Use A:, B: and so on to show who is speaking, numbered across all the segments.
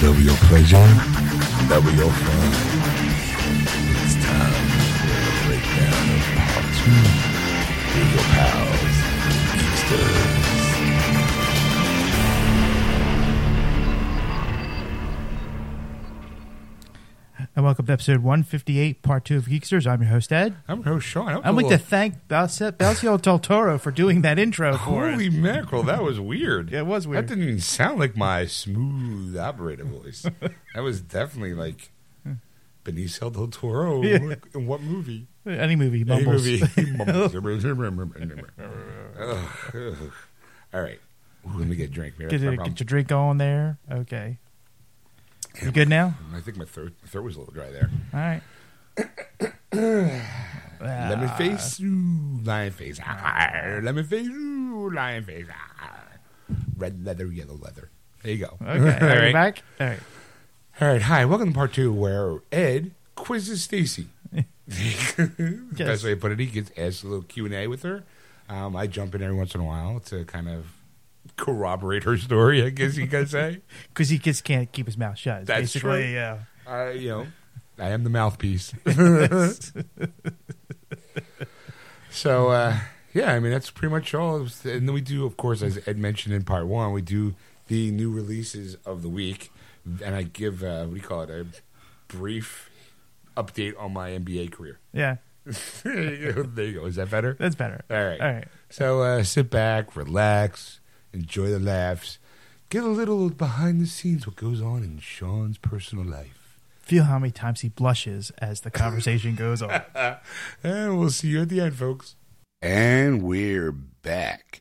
A: play jam. That we all find. It's time for a breakdown of part two. Here your pals, Easters.
B: And welcome to episode 158, part two of Geeksters. I'm your host, Ed.
C: I'm no Sean. That was
B: I'd
C: a
B: like to
C: little-
B: thank Balce- Balcio del Toro for doing that intro for us.
C: Holy mackerel, that was weird.
B: Yeah, it was
C: That
B: weird.
C: didn't even sound like my smooth operator voice. that was definitely like Benicio del Toro.
B: Hmm. Yeah.
C: In what movie?
B: Any movie, he
C: Any
B: mumbles.
C: movie. Mumbles. Ugh, ugh. All right. Ooh, let me get a drink. Maybe
B: Get,
C: that's my
B: it,
C: problem.
B: get your drink on there. Okay. You good now?
C: I think my throat, my throat was a little dry there.
B: All right. Ah,
C: Lemon face, ooh, lion face. Ah, lemon face, ooh, lion face. Ah. Red leather, yellow leather. There you go.
B: Okay. Are
C: All right.
B: you back? All right.
C: All right, hi. Welcome to part two, where Ed quizzes Stacy. Best way to put it, he gets asked a little Q and A with her. Um, I jump in every once in a while to kind of corroborate her story. I guess you could say.
B: Because he just can't keep his mouth shut.
C: That's
B: basically,
C: true.
B: uh, yeah.
C: I, you know, I am the mouthpiece. so uh, yeah, I mean that's pretty much all. And then we do, of course, as Ed mentioned in part one, we do the new releases of the week, and I give uh, what do you call it a brief update on my NBA career.
B: Yeah.
C: there you go. There you go. Is that better?
B: That's better.
C: All right.
B: All right.
C: So uh, sit back, relax, enjoy the laughs, get a little behind the scenes what goes on in Sean's personal life.
B: Feel how many times he blushes as the conversation goes on.
C: And we'll see you at the end, folks. And we're back.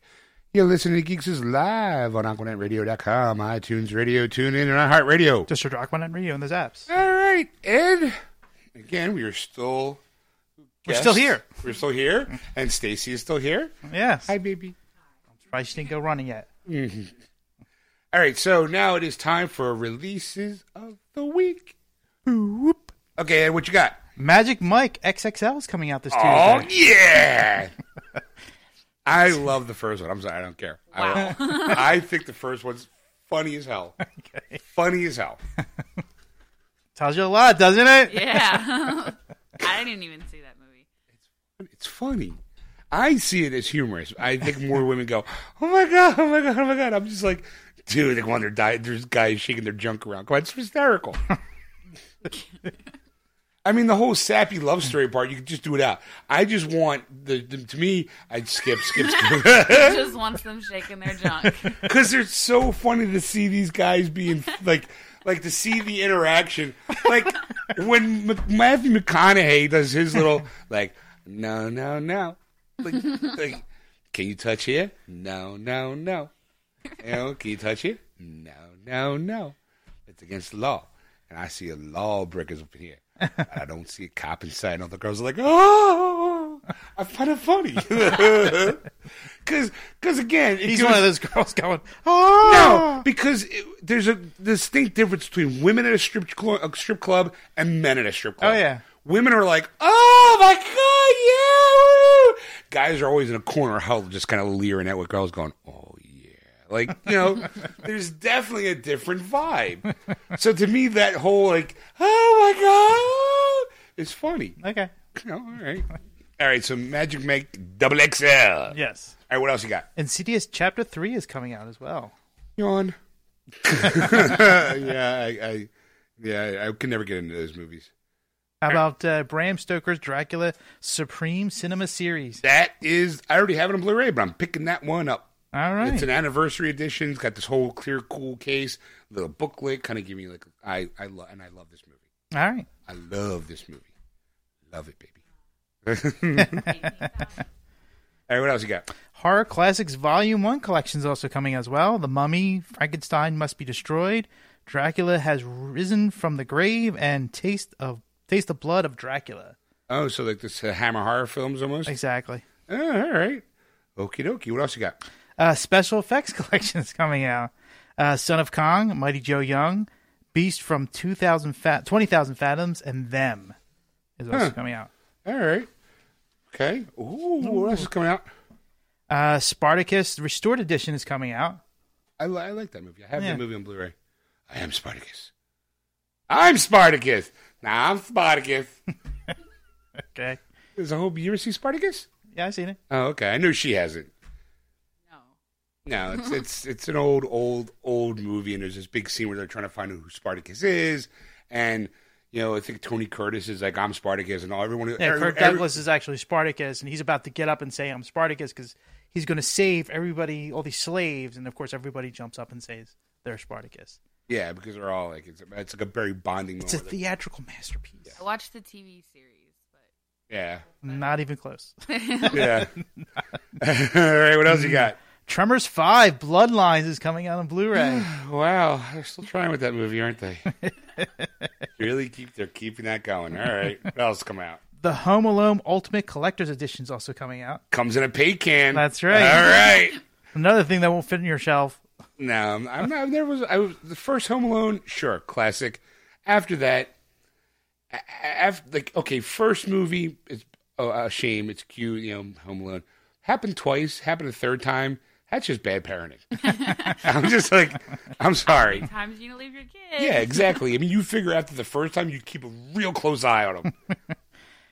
C: You're listening to Geeks is Live on AquanetRadio.com, iTunes Radio, TuneIn, and iHeartRadio.
B: Just rock one on radio and those apps.
C: All right, Ed. Again, we are still.
B: We're still here.
C: We're still here. And Stacy is still here.
B: Yes.
C: Hi, baby.
B: Probably didn't go running yet.
C: All right, so now it is time for releases of the week.
B: Whoop.
C: Okay, Ed, what you got?
B: Magic Mike XXL is coming out this Tuesday.
C: Oh, yeah. I love the first one. I'm sorry, I don't care. I, I think the first one's funny as hell. Funny as hell.
B: Tells you a lot, doesn't it?
D: Yeah. I didn't even see that movie.
C: It's funny. I see it as humorous. I think more women go, "Oh my god, oh my god, oh my god." I'm just like, dude, they wonder die. There's guys shaking their junk around. Come on, it's hysterical. I mean, the whole sappy love story part, you can just do it out. I just want the, the to me, I skip, skip, skip.
D: Just wants them shaking their junk.
C: because it's so funny to see these guys being like like to see the interaction like when M- matthew mcconaughey does his little like no no no like, like can you touch here no no no you know, can you touch here no no no it's against the law and i see a lawbreakers up here But i don't see a cop inside and all the girls are like oh i find it funny because again it
B: He's
C: gives-
B: one of those girls going,
C: no,
B: oh!
C: because it, there's a distinct difference between women at a strip cl- a strip club and men at a strip club.
B: Oh, yeah.
C: women are like, oh my god, yeah. woo!" Guys are always in a corner, huddled, just kind of leering at what girls going, oh yeah. Like you know, there's definitely a different vibe. So to me, that whole like, oh my god, is funny.
B: Okay.
C: You know, all right, all right. So Magic Mike Double XL. Yeah. All
B: Yes.
C: right, what else you got?
B: Insidious Chapter 3 is coming out as well.
C: Yawn. yeah, I, I yeah, I can never get into those movies.
B: How about uh, Bram Stoker's Dracula Supreme Cinema Series?
C: That is, I already have it on Blu-ray, but I'm picking that one up.
B: All right.
C: It's an anniversary edition. It's got this whole clear, cool case, little booklet, kind of give me like I, I love, and I love this movie.
B: All right.
C: I love this movie. Love it, baby. All right, what else you got?
B: Horror Classics Volume 1 collection is also coming as well. The Mummy, Frankenstein Must Be Destroyed, Dracula Has Risen from the Grave, and Taste of Taste the Blood of Dracula.
C: Oh, so like this uh, Hammer horror films almost.
B: Exactly.
C: Oh, all right, okie dokie. What else you got?
B: Uh, special effects collection is coming out. Uh, Son of Kong, Mighty Joe Young, Beast from 2000 fa- 20,000 Fathoms, and Them is also
C: Huh.
B: coming out.
C: All right, okay. Ooh, what else is coming out?
B: Uh, Spartacus Restored Edition is coming out.
C: I, li- I like that movie. I have
B: Yeah.
C: that movie on Blu-ray. I am Spartacus. I'm Spartacus. Nah, I'm Spartacus.
B: Okay.
C: There's a whole. You ever see Spartacus?
B: Yeah, I seen it.
C: Oh, okay. I knew she hasn't.
D: No.
C: No, it's it's it's an old, old, old movie, and there's this big scene where they're trying to find out who Spartacus is, and you know, I think Tony Curtis is like, "I'm Spartacus," and all everyone.
B: Yeah,
C: every-
B: Kirk
C: every-
B: Douglas is actually Spartacus, and he's about to get up and say, "I'm Spartacus," because he's going to save everybody, all these slaves, and of course, everybody jumps up and says they're Spartacus.
C: yeah, because they're all like, it's, it's like a very bonding moment.
B: It's a theatrical masterpiece.
D: I watched the TV series, but
C: yeah,
B: Not even close.
C: yeah. all right, what else you got?
B: Tremors Five: Bloodlines is coming out on Blu-ray.
C: Wow, they're still trying with that movie, aren't they? really keep they're keeping that going. All right, what else come out?
B: the Home Alone Ultimate Collector's Edition is also coming out.
C: Comes in a pay can.
B: That's right.
C: All right.
B: Another thing that won't fit in your shelf.
C: No, I'm I'm not. There was I was the first Home Alone, sure, classic. After that, after like okay, first movie is oh, a shame. It's cute, you know, Home Alone happened twice, happened a third time. That's just bad parenting. I'm just like, I'm sorry.
D: times you gonna leave your kid.
C: Yeah, exactly. I mean, you figure after the first time, you keep a real close eye on them.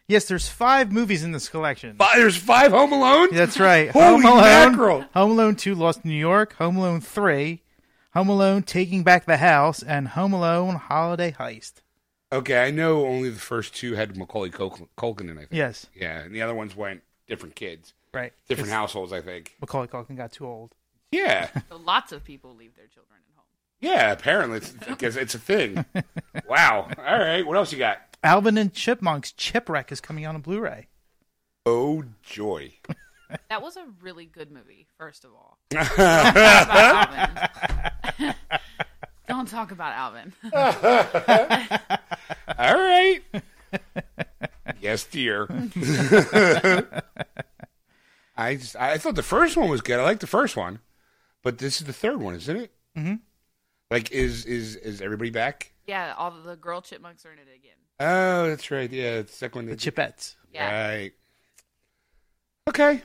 B: Yes, there's five movies in this collection.
C: But there's five Home Alone.
B: That's right.
C: Holy
B: Home Alone,
C: mackerel.
B: Home Alone 2 Lost in New York, Home Alone 3, Home Alone Taking Back the House, and Home Alone Holiday Heist.
C: Okay, I know only the first two had Macaulay Culkin, Culkin in. I think.
B: Yes,
C: Yeah, and the other ones went different kids,
B: right.
C: different
B: 'Cause
C: households. I think.
B: Macaulay Culkin got too old.
C: Yeah.
D: So lots of people leave their children at home.
C: Yeah, apparently it's, because it's a thing. wow. All right. What else you got?
B: Alvin and Chipmunks Chipwreck is coming out on Blu-ray.
C: Oh joy.
D: That was a really good movie, first of all. Don't talk about Alvin. Don't talk about Alvin.
C: All right. yes, dear. I just, I thought the first one was good. I like the first one, but this is the third one, isn't it? Mm-hmm. Like, is is is everybody back?
D: Yeah, all the girl chipmunks are in it again.
C: Oh, that's right. Yeah, it's the second one.
B: The
C: that-
B: Chipettes.
D: Yeah.
C: Right. Okay.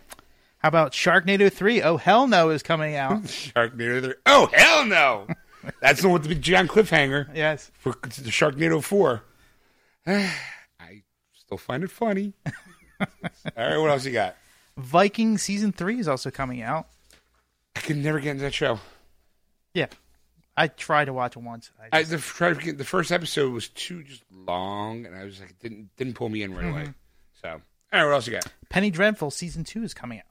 B: How about Sharknado 3? Oh hell no is coming out.
C: Sharknado. three. Oh hell no! that's the one with the big giant cliffhanger.
B: yes.
C: for the Sharknado Four. I still find it funny. All right, what else you got?
B: Viking season 3 is also coming out.
C: I could never get into that show.
B: Yeah. I tried to watch it once. I
C: I the, tried to get- the first episode was too just long, and I was like, it didn't didn't pull me in right away. So, all right, what else you got?
B: Penny Dreadful season 2 is coming out.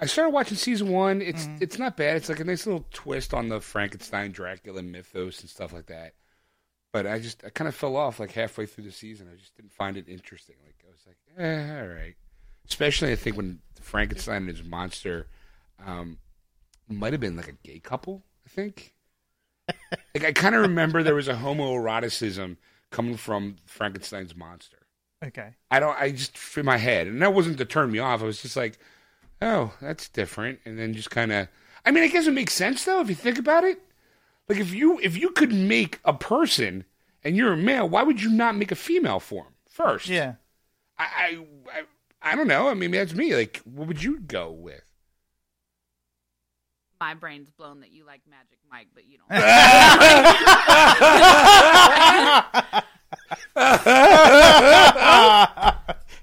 C: I started watching season one. It's it's not bad. It's like a nice little twist on the Frankenstein, Dracula mythos and stuff like that. But I just I kind of fell off like halfway through the season. I just didn't find it interesting. Like I was like, eh, all right. Especially I think when Frankenstein and his monster um, might have been like a gay couple. I think. like I kind of remember there was a homoeroticism coming from Frankenstein's monster.
B: Okay.
C: I don't. I just in my head, and that wasn't to turn me off. I was just like, oh, that's different. And then just kind of. I mean, I guess it makes sense though if you think about it. Like if you if you could make a person and you're a male, why would you not make a female form first?
B: Yeah.
C: I I I, I don't know. I mean, that's me. Like, what would you go with?
D: My brain's blown that you like Magic Mike, but you don't.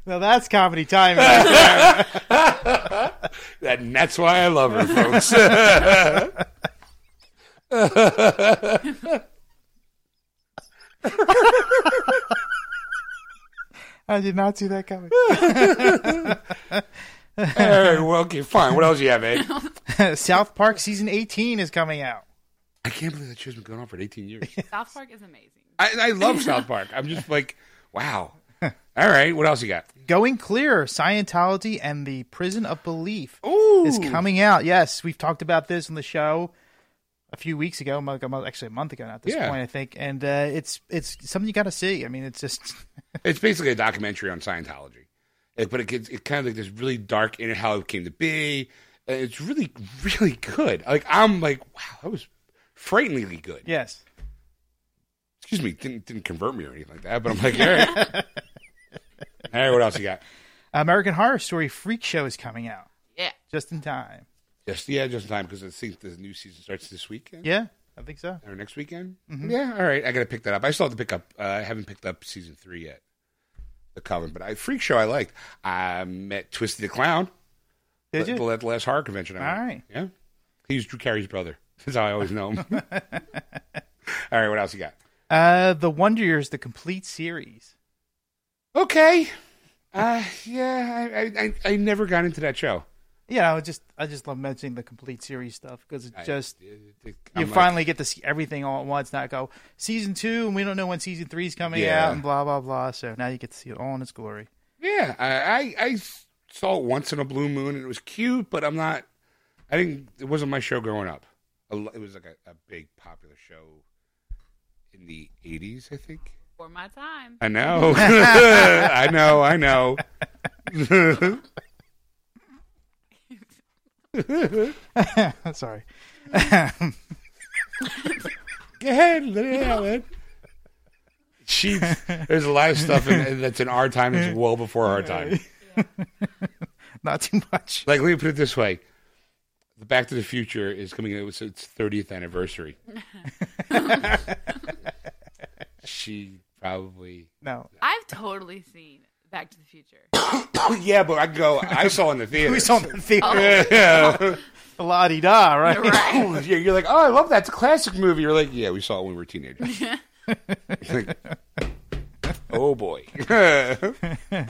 B: Now that's comedy timing.
C: That, and that's why I love her, folks.
B: I did not see that coming.
C: All right, well, okay, fine. What else do you have, eh? Ed?
B: South Park season 18 is coming out.
C: I can't believe that show's been going on for 18 years.
D: South Park is amazing.
C: I, I love South Park. I'm just like, wow. All right, what else you got?
B: Going Clear, Scientology and the Prison of Belief
C: Ooh,
B: is coming out. Yes, we've talked about this on the show a few weeks ago, a month- a month- actually a month ago now at this
C: Yeah.
B: point, I think. And uh, it's it's something you got to see. I mean, it's just
C: It's basically a documentary on Scientology, It- but it gets it kind of like this really dark in it, how it came to be. And it's really, really good. Like I'm like, wow, that was frighteningly good.
B: yes.
C: Excuse me, didn't didn't convert me or anything like that. But I'm like, all right. all right, what else you got?
B: American Horror Story Freak Show is coming out
D: Yeah.
B: just in time.
C: Just yeah, just in time because I think the new season starts this weekend.
B: Yeah. I think so.
C: Or next weekend? Yeah. All right. I got to pick that up. I still have to pick up. Uh, I haven't picked up season three yet, The Coven. But I Freak Show I liked. I met Twisted the Clown
B: Did
C: at
B: you?
C: the, at the last horror convention. I went.
B: All right.
C: Yeah. He's Drew Carey's brother. That's how I always know him. All right. What else you got?
B: Uh, the Wonder Years, the complete series.
C: Okay. Uh, yeah. I, I- I I never got into that show.
B: Yeah, I just I just love mentioning the complete series stuff because it's just
C: I- it-
B: you
C: I'm like-
B: finally get to see everything all at once. Not go season two, and we don't know when season three is coming
C: Yeah.
B: out, and blah blah blah. So now you get to see it all in its glory.
C: Yeah, I, I I saw it once in a blue moon, and it was cute, but I'm not. I didn't. It wasn't my show growing up. A lo- It was like a, a big popular show in the '80s, I think.
D: For my time.
C: I know. I know. I know.
B: Sorry.
C: Go ahead, Lily Allen. She, there's a lot of stuff in, that's in our time. That's well before our time.
B: Not too much.
C: Like, let me put it this way: the Back to the Future is coming. It was its 30th anniversary. she probably.
B: No.
D: I've totally seen Back to the Future.
C: Oh yeah, but I go. I saw in the theater.
B: We saw the theater.
C: Yeah.
B: La di da, right?
D: right.
C: Yeah, you're like, oh, I love that. It's a classic movie. You're like, yeah, we saw it when we were teenagers. Like, oh boy.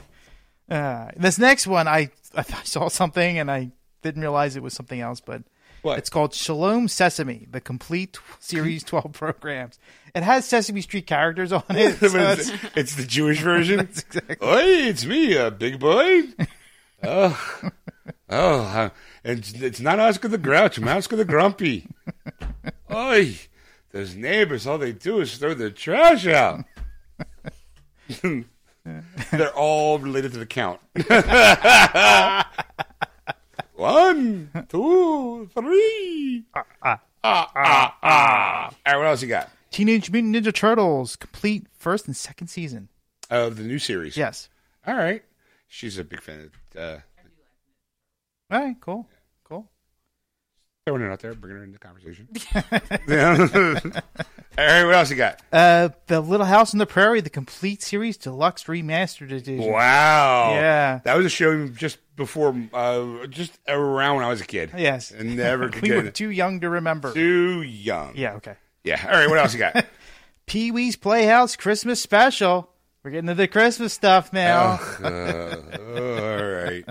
B: Uh, this next one, I, I saw something and I didn't realize it was something else, but
C: What?
B: it's called Shalom Sesame, the complete series 12 programs. It has Sesame Street characters on it. so
C: it's,
B: it's-
C: it's the Jewish version.
B: exactly-
C: Hey, it's me, uh, big boy. Oh, oh, uh, it's, it's not Oscar the Grouch. I'm Oscar the Grumpy. Oi, those neighbors, all they do is throw their trash out. They're all related to the count. One, two, three. Ah, ah, ah, ah. All right, what else you got?
B: Teenage Mutant Ninja Turtles, complete first and second season.
C: Of Uh, the new series.
B: Yes.
C: All right. She's a big fan of uh,
B: All right, cool. Cool.
C: throwing it out there, bringing her into the conversation. All right, what else you got?
B: Uh, the Little House on the Prairie, the complete series deluxe remastered edition.
C: Wow.
B: Yeah.
C: That was a show just before, uh, just around when I was a kid.
B: Yes.
C: And never could
B: we
C: get
B: were
C: it.
B: too young to remember.
C: Too young.
B: Yeah, okay.
C: Yeah. All right, what else you got?
B: Pee Wee's Playhouse Christmas Special. We're getting to the Christmas stuff now.
C: Ugh, Oh, all right.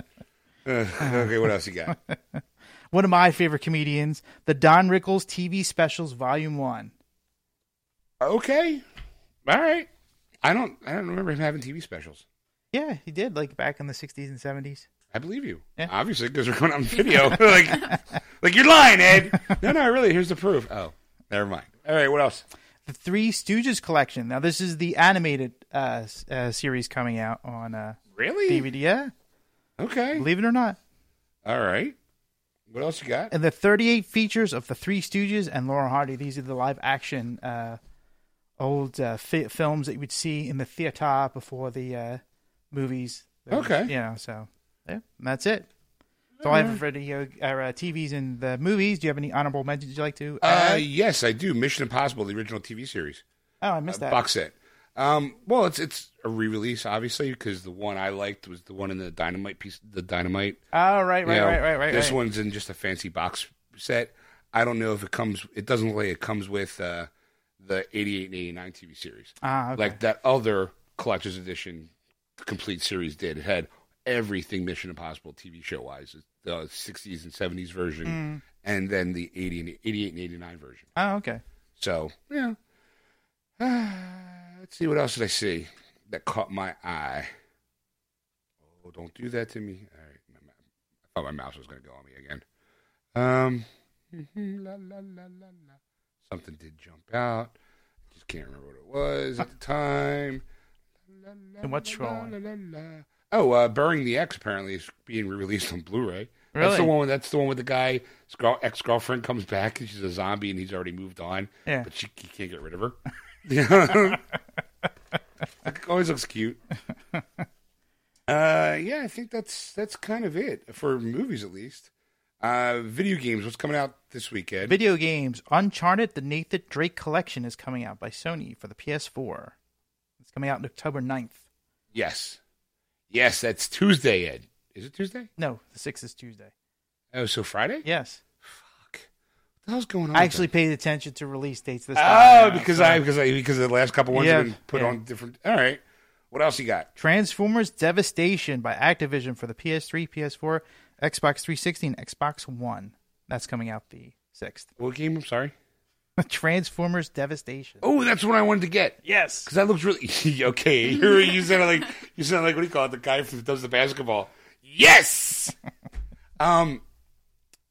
C: Ugh, okay, what else you got?
B: One of my favorite comedians, the Don Rickles TV specials, Volume One.
C: Okay. All right. I don't. I don't remember him having TV specials.
B: Yeah, he did like back in the '60s and '70s.
C: I believe you.
B: Yeah.
C: Obviously, because we're going on video. like, like you're lying, Ed. No, no, really. Here's the proof. Oh, never mind. All right, what else?
B: The Three Stooges collection. Now this is the animated uh, s- uh, series coming out on uh,
C: Really?
B: DVD. Yeah,
C: Okay.
B: believe it or not.
C: All right. What else you got?
B: And the 38 features of the Three Stooges and Laurel Hardy. These are the live action uh, old uh, fi- films that you would see in the theater before the uh, movies.
C: Okay.
B: You know, so yeah, and that's it. So I have for the uh, our, uh, TVs and the movies. Do you have any honorable mentions you'd like to?
C: Uh,
B: add?
C: yes, I do. Mission Impossible, the original TV series,
B: oh, I missed that.
C: box set. Um, well, it's it's a re-release, obviously, because the one I liked was the one in the dynamite piece, the dynamite.
B: Oh, right, right,
C: You know,
B: right, right, right.
C: This
B: right.
C: one's in just a fancy box set. I don't know if it comes. It doesn't look like it comes with uh, the '88 and '89 TV series.
B: Ah, okay.
C: like that other collector's edition complete series did. It had everything Mission Impossible TV show wise, the 60s and 70s version, and then the 80 and 88 and 89 version.
B: Oh, okay.
C: So, yeah. Let's see what else did I see that caught my eye. Oh, don't do that to me. All right. My, mou- I thought my mouse was going to go on me again. Um, la, la, la, la, la. Something did jump out. Just can't remember what it was at the time. La, la,
B: And what's
C: la, la,
B: wrong?
C: la, la, la. Oh, uh, Burying the X apparently is being released on Blu-ray. That's the
B: Really?
C: one. with- That's the one with the guy. His girl, ex-girlfriend comes back and she's a zombie and he's already moved on.
B: Yeah.
C: But she he can't get rid of her. Yeah. Always looks cute. Uh, yeah, I think that's that's kind of it for movies, at least. Uh, video games. What's coming out this week, Ed?
B: Video games Uncharted: The Nathan Drake Collection is coming out by Sony for the PS4. It's coming out on October 9th.
C: yes, yes. That's Tuesday, Ed. Is it Tuesday?
B: No, the sixth is Tuesday.
C: Oh, so Friday?
B: Yes,
C: Fuck. What the hell's going on?
B: I
C: with
B: actually
C: that?
B: paid attention to release dates this time.
C: Oh, because I because I because the last couple ones have
B: Yeah,
C: been put
B: yeah.
C: on different. All right. What else you got?
B: Transformers: Devastation by Activision for the PS3, PS4, Xbox 360, and Xbox One. That's coming out the sixth.
C: What game? I'm sorry.
B: Transformers: Devastation.
C: Oh, that's what I wanted to get.
B: Yes.
C: Because that looks really okay. You you sound like you sound like what do you call it? The guy who does the basketball. Yes. um,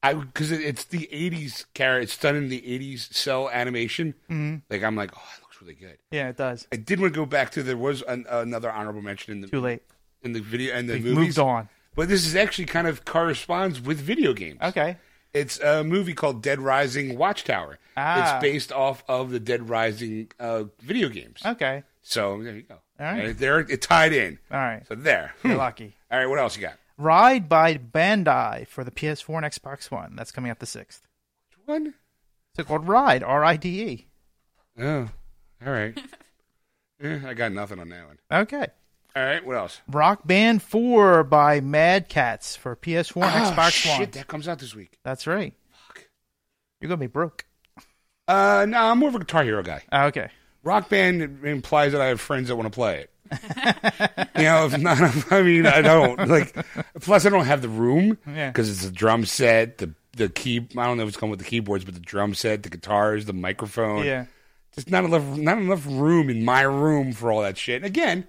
C: I because it, it's the '80s character. It's done in the '80s cell animation.
B: Mm-hmm.
C: Like I'm like, oh, it looks really good.
B: Yeah, it does.
C: I did want to go back to there was an, another honorable mention in the
B: Too late.
C: in the video and the
B: We've
C: movies.
B: moved on.
C: But this is actually kind of corresponds with video games.
B: Okay.
C: It's a movie called Dead Rising Watchtower.
B: Ah.
C: It's based off of the Dead Rising uh, video games.
B: Okay.
C: So there you go.
B: All right.
C: And There, it tied in.
B: All right.
C: So there.
B: You're
C: Hmm.
B: lucky.
C: All right. What else you got?
B: Ride by Bandai for the PS4 and Xbox One. That's coming out the sixth.
C: One.
B: It's called Ride, R I D E.
C: Oh. All right. Eh, I got nothing on that one.
B: Okay.
C: All right. What else?
B: Rock Band 4 by Mad Cats for PS4 and
C: Ah,
B: Xbox
C: shit,
B: One.
C: that comes out this week.
B: That's right. You're going to be broke.
C: Uh, no, I'm more of a Guitar Hero guy.
B: Ah, okay.
C: Rock Band implies that I have friends that want to play it. you know, if not, I mean, I don't like. Plus, I don't have the room
B: Yeah.
C: because it's a drum set, the the key. I don't know what's coming with the keyboards, but the drum set, the guitars, the microphone.
B: Yeah.
C: just not enough not enough room in my room for all that shit. And again,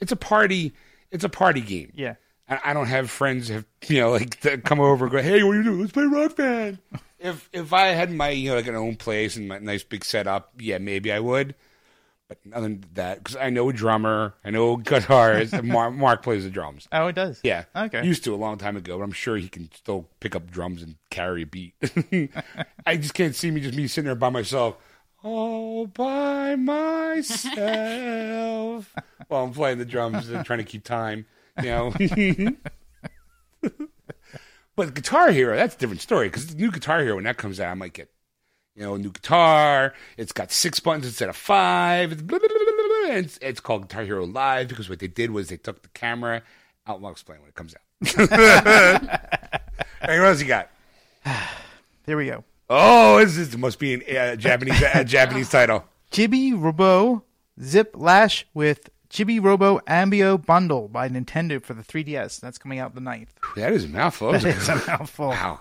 C: it's a party. It's a party game.
B: Yeah.
C: I, I don't have friends have you know like that come over and go, hey, what do you do? Let's play Rock Band. If if I had my you know like an own place and my nice big setup, yeah, maybe I would. But other than that, because I know a drummer, I know guitars. and Mark, Mark plays the drums.
B: Oh, it does.
C: Yeah.
B: Okay.
C: Used to a long time ago, but I'm sure he can still pick up drums and carry a beat. I just can't see me just me sitting there by myself, all by myself, while I'm playing the drums and trying to keep time. You know. but Guitar Hero, that's a different story because the new Guitar Hero when that comes out, I might get. You know, new guitar. It's got six buttons instead of five. It's, blah, blah, blah, blah, blah, blah. it's, it's called Guitar Hero Live because what they did was they took the camera out. I'll explain when it comes out. hey, what else you got?
B: Here we go.
C: Oh, this is, must be an uh, Japanese a Japanese title.
B: Chibi Robo Zip Lash with Chibi Robo Ambio Bundle by Nintendo for the 3DS. That's coming out the 9th.
C: That is a mouthful. That
B: It's
C: was
B: a
C: a-
B: mouthful.
C: wow.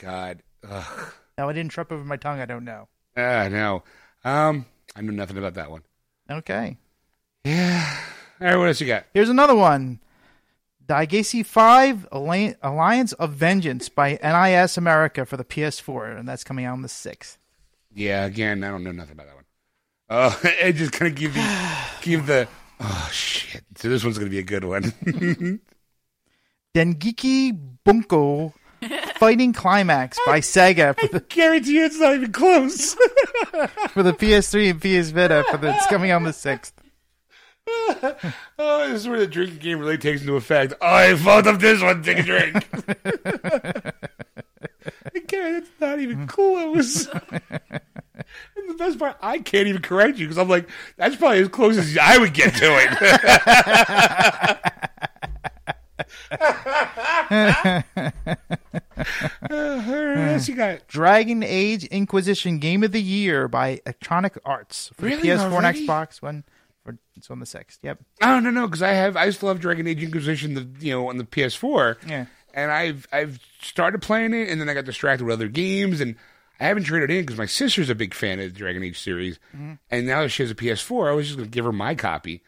C: God. Ugh.
B: Now, I didn't trip over my tongue. I don't know.
C: Ah, no. Um, I know nothing about that one.
B: Okay.
C: All right, what else you got?
B: Here's another one. Daigesi 5 Alli- Alliance of Vengeance by NIS America for the PS4, and that's coming out on the 6th.
C: Yeah, again, I don't know nothing about that one. Uh, it just kind of give the give the oh shit. So this one's gonna be a good one.
B: Dengeki Bunko Fighting Climax by Sega for the,
C: Guarantee you, it's not even close.
B: for the PS3 and PS Vita for the, it's coming out on the 6th.
C: oh, this is where the drinking game really takes into effect. I thought of this one. Take a drink. Again, it's not even close. and the best part, I can't even correct you because I'm like, that's probably as close as I would get to it. uh, what else you got?
B: Dragon Age Inquisition Game of the Year by Electronic Arts for
C: Really
B: the PS4
C: already?
B: and Xbox One. For, it's on the 6th. Yep.
C: I don't know because I have I still have Dragon Age Inquisition the you know on the PS4.
B: Yeah.
C: And I've I've started playing it and then I got distracted with other games and I haven't traded in because my sister's a big fan of the Dragon Age series and now that she has a PS4 I was just gonna give her my copy.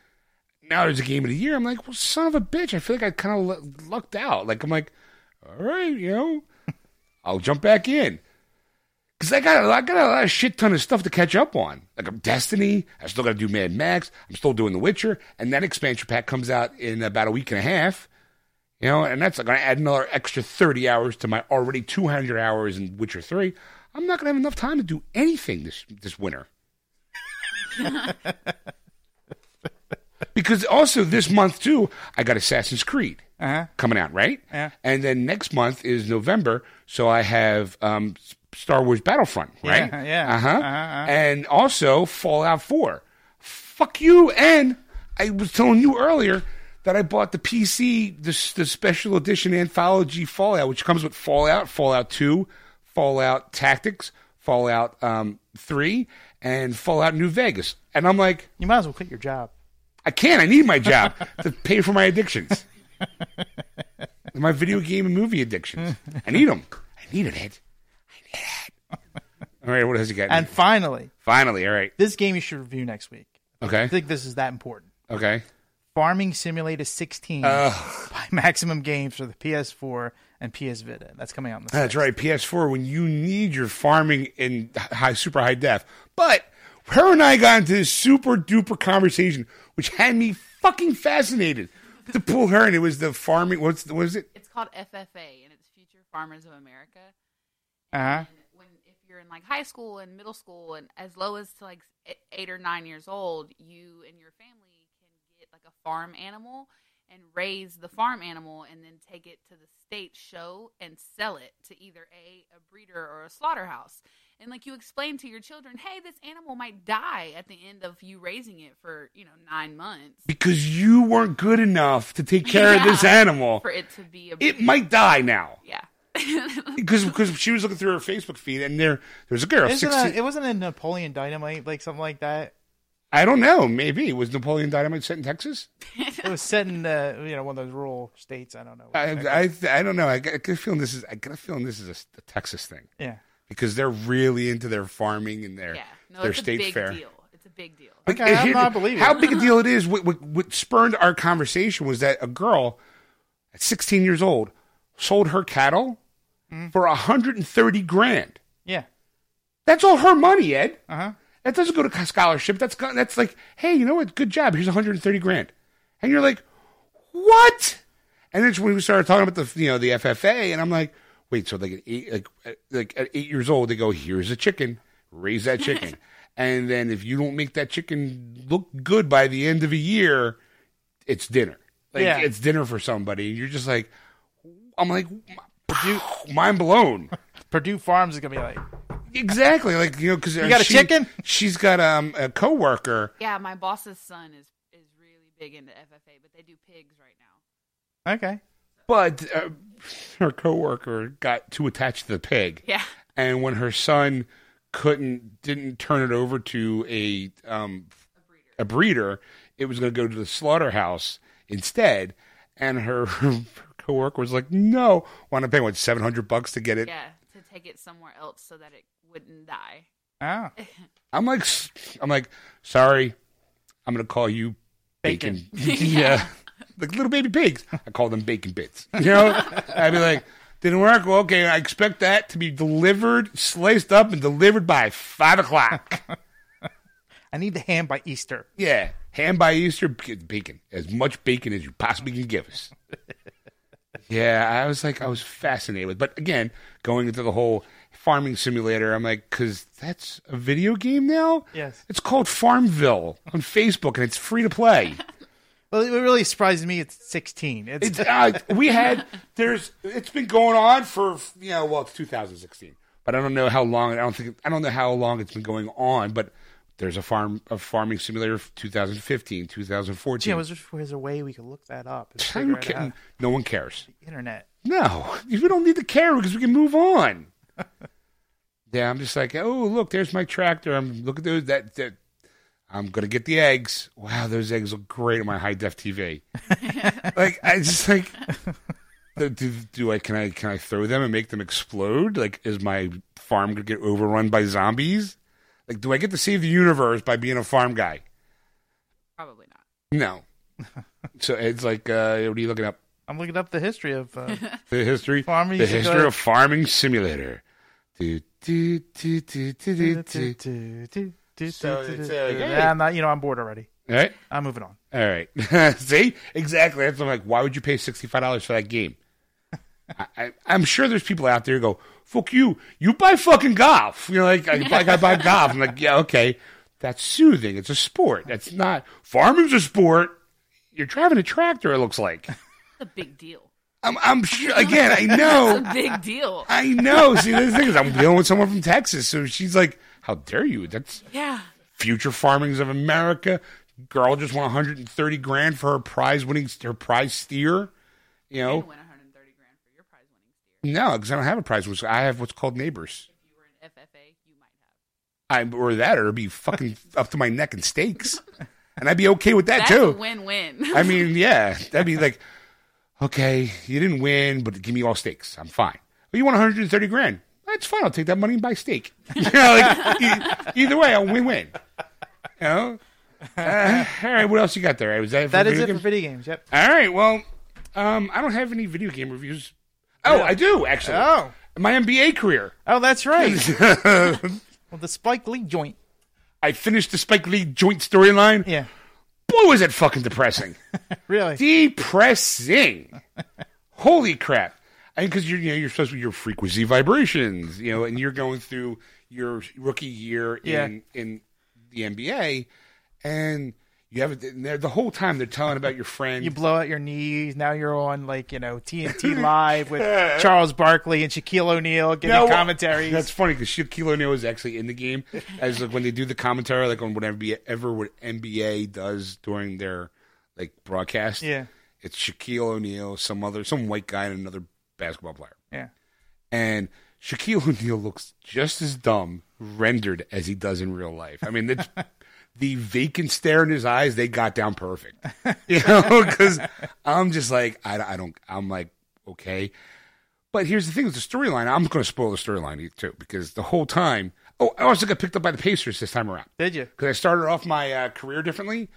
C: Now there's a game of the year I'm like well son of a bitch I feel like I kind of l- lucked out like I'm like all right you know I'll jump back in. Cause I got a, I got a lot of shit ton of stuff to catch up on. Like I'm Destiny, I still got to do Mad Max. I'm still doing The Witcher, and that expansion pack comes out in about a week and a half. You know, and that's going to add another extra thirty hours to my already two hundred hours in Witcher Three. I'm not going to have enough time to do anything this this winter. because also this month too, I got Assassin's Creed.
B: Uh-huh.
C: coming out, right?
B: Yeah.
C: And then next month is November, so I have um, S- Star Wars Battlefront, right?
B: Yeah, yeah.
C: Uh-huh.
B: Uh-huh, uh-huh.
C: And also Fallout 4. Fuck you. And I was telling you earlier that I bought the PC, the, s- the special edition anthology Fallout, which comes with Fallout, Fallout 2, Fallout Tactics, Fallout um, 3, and Fallout New Vegas. And I'm like,
B: You might as well quit your job.
C: I can't. I need my job to pay for my addictions. my video game and movie addictions. I need them. I need it, Ed. I need it. All right, what has he got?
B: And finally,
C: Finally, all right.
B: this game you should review next week. I
C: Okay.
B: think this is that important.
C: Okay.
B: Farming Simulator 16 by Maximum Games for the PS4 and PS Vita. That's coming out in the
C: That's right. PS4, when you need your farming in high, super high def. But her and I got into this super duper conversation, which had me fucking fascinated to pull her, and it was the farming. What's the, what is it?
D: It's called FFA, and it's Future Farmers of America.
B: Uh-huh.
D: And when if you're in like high school and middle school, and as low as to like e- eight or nine years old, you and your family can get like a farm animal and raise the farm animal, and then take it to the state show and sell it to either a a breeder or a slaughterhouse. And like you explain to your children, hey, this animal might die at the end of you raising it for you know nine months
C: Because you weren't good enough to take care of this
D: Yeah.
C: animal.
D: for it to be a
C: it might die now
D: yeah.
C: because because she was looking through her Facebook feed and there there's a girl.
B: Isn't
C: 16
B: that- it wasn't a Napoleon Dynamite, like something like that.
C: I don't know. Maybe was Napoleon Dynamite set in Texas?
B: It was set in uh, you know one of those rural states. I don't know.
C: I I, I don't know. I got I got a feeling this is I got a feeling this is a, a Texas thing
B: yeah.
C: because they're really into their farming and their
D: Yeah, no,
C: their
D: it's
C: state
D: a big
C: fair.
D: deal. It's a big deal.
B: Okay,
C: And
B: I'm
C: here-
B: not believing
C: How
B: it.
C: big a deal it is. What, what, what spurned our conversation was that a girl at 16 years old sold her cattle
B: Mm.
C: for 130 grand.
B: Yeah.
C: That's all her money, Ed.
B: Uh huh.
C: That doesn't go to scholarship. That's go- that's like, hey, you know what? Good job. Here's 130 grand, and you're like, what? And then when we started talking about the you know the FFA, and I'm like, wait, so like at eight, like at- like at eight years old, they go, here's a chicken, raise that chicken, and then if you don't make that chicken look good by the end of a year, it's dinner. Like
B: Yeah.
C: it's dinner for somebody. You're just like, I'm like, mind blown.
B: Purdue Farms is gonna be like
C: Exactly, like you know, because
B: got a chicken?
C: She's got um, a coworker.
D: Yeah, my boss's son is is really big into FFA, but they do pigs right now.
B: okay.
C: But uh, her coworker got too attached to the pig,
D: Yeah,
C: and when her son couldn't, didn't turn it over to a um, a breeder, it was going to go to the slaughterhouse instead. And her, her coworker was like, "No, want to pay what seven hundred bucks to get it?"
D: yeah, to take it somewhere else so that it wouldn't die.
B: Oh.
C: I'm like, s- I'm like, sorry, I'm gonna call you bacon. yeah, like little baby pigs. I call them bacon bits. You know, I'd be like, didn't work. Well, okay, I expect that to be delivered, sliced up, and delivered by five o'clock.
B: I need the ham by Easter.
C: yeah, ham by Easter, b- bacon, as much bacon as you possibly can give us. Yeah, I was like, I was fascinated with, but again, going into the whole farming simulator, I'm like, because that's a video game now.
B: Yes.
C: It's called Farmville on Facebook, and it's free to play.
B: Well, it really surprises me. It's 16. It's,
C: It's, uh, we had there's it's been going on for you know well it's 2016, but I don't know how long. I don't think I don't know how long it's been going on, but there's a farm a farming simulator of 2015, 2014.
B: you know, is there, is there a way we could look that up? and
C: I
B: figure
C: don't
B: it
C: care-
B: out?
C: No one cares.
B: Internet.
C: No, we don't need to care because we can move on. yeah, I'm just like, oh look, there's my tractor. I'm look at those that. that I'm gonna get the eggs. Wow, those eggs look great on my high def TV. like I just like, do, do I can I can I throw them and make them explode? Like, is my farm gonna get overrun by zombies? Like, do I get to save the universe by being a farm guy?
D: Probably not.
C: No. so it's like, uh, what are you looking up?
B: I'm looking up the history of. Uh,
C: The history,
B: Farming
C: the
B: Simulator.
C: history of farming simulator. Do, do, do, do, do, do, do. So it's, uh,
B: Yeah, I'm not. You know, I'm bored already.
C: All right,
B: I'm moving on.
C: all right. See, exactly. That's what I'm like. Why would you pay sixty five dollars for that game? I, I, I'm sure there's people out there who go, "Fuck you! You buy fucking golf." You're like, I, like I buy golf. I'm like, yeah, okay. That's soothing. It's a sport. That's not farming's a sport. You're driving a tractor. It looks like.
D: a big deal.
C: I'm, I'm sure. Again, I know,
D: It's a big deal.
C: I know. See, the thing is, I'm dealing with someone from Texas, so she's like, "How dare you? That's
D: Yeah.
C: future farmings of America." Girl just won 130 grand for her prize winning her prize steer. You
D: You
C: know,
D: win 130 grand for your prize winning steer.
C: no, because I don't have a prize. which I have what's called neighbors.
D: If you were an FFA, you might have.
C: I or that, or it'd be fucking up to my neck in steaks, and I'd be okay with that
D: That's
C: too.
D: a win-win.
C: I mean, yeah, that'd be like, okay, you didn't win, but give me all steaks. I'm fine. Well, you want 130 grand? That's fine. I'll take that money and buy steak. You know, like, e- either way, I'll win-win. You know? Uh, all right, what else you got there? Was that,
B: That is
C: video
B: it for
C: games?
B: video games. Yep.
C: All right, well, um, I don't have any video game reviews. Oh, I do actually.
B: Oh.
C: my NBA career.
B: Oh, that's right. well, the Spike Lee joint.
C: I finished the Spike Lee joint storyline.
B: Yeah.
C: Boy, was it fucking depressing.
B: Really?
C: depressing. Holy crap! I mean, because you're you know you're supposed to be your frequency vibrations, you know, and you're going through your rookie year in in the NBA, and you have and they're- the whole time they're telling about your friend.
B: you blow out your knees. Now you're on like you know TNT Live with Charles Barkley and Shaquille O'Neal giving
C: No,
B: commentaries.
C: That's funny because Shaquille O'Neal was actually in the game. As like when they do the commentary, like on whatever be- ever what NBA does during their like broadcast.
B: Yeah.
C: it's Shaquille O'Neal, some other some white guy, and another basketball player.
B: yeah.
C: and Shaquille O'Neal looks just as dumb rendered as he does in real life. I mean, it's, the vacant stare in his eyes, they got down perfect. You know, because I'm just like, I, I don't, I'm like, okay. But here's the thing with the storyline. I'm going to spoil the storyline too, because the whole time, oh, I also got picked up by the Pacers this time around
B: Did you?
C: because I started off my uh, career differently.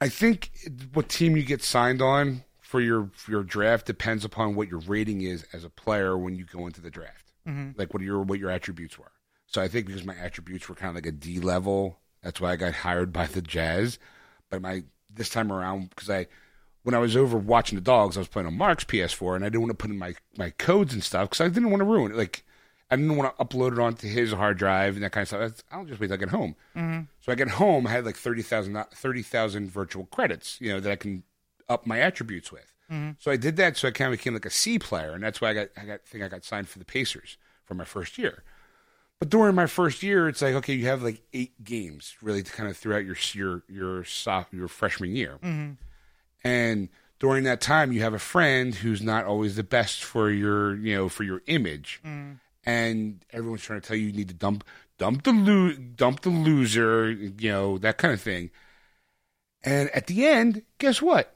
C: I think what team you get signed on for your for your draft depends upon what your rating is as a player when you go into the draft, like what your what your attributes were. So I think because my attributes were kind of like a D level, that's why I got hired by the Jazz. But my this time around, because I when I was over watching the dogs, I was playing on Mark's PS4, and I didn't want to put in my my codes and stuff because I didn't want to ruin it. Like I didn't want to upload it onto his hard drive and that kind of stuff. That's, I'll just wait till I get home. So I get home, I had like 30,000 30,000 virtual credits, you know, that I can up my attributes with. So I did that, so I kind of became like a C player, and that's why I got I got think I got signed for the Pacers for my first year. But during my first year, it's like okay, you have like eight games really to kind of throughout your your your soph- your freshman year, and during that time, you have a friend who's not always the best for your you know for your image and everyone's trying to tell you you need to dump dump the lo- dump the loser, you know, that kind of thing. And at the end, guess what?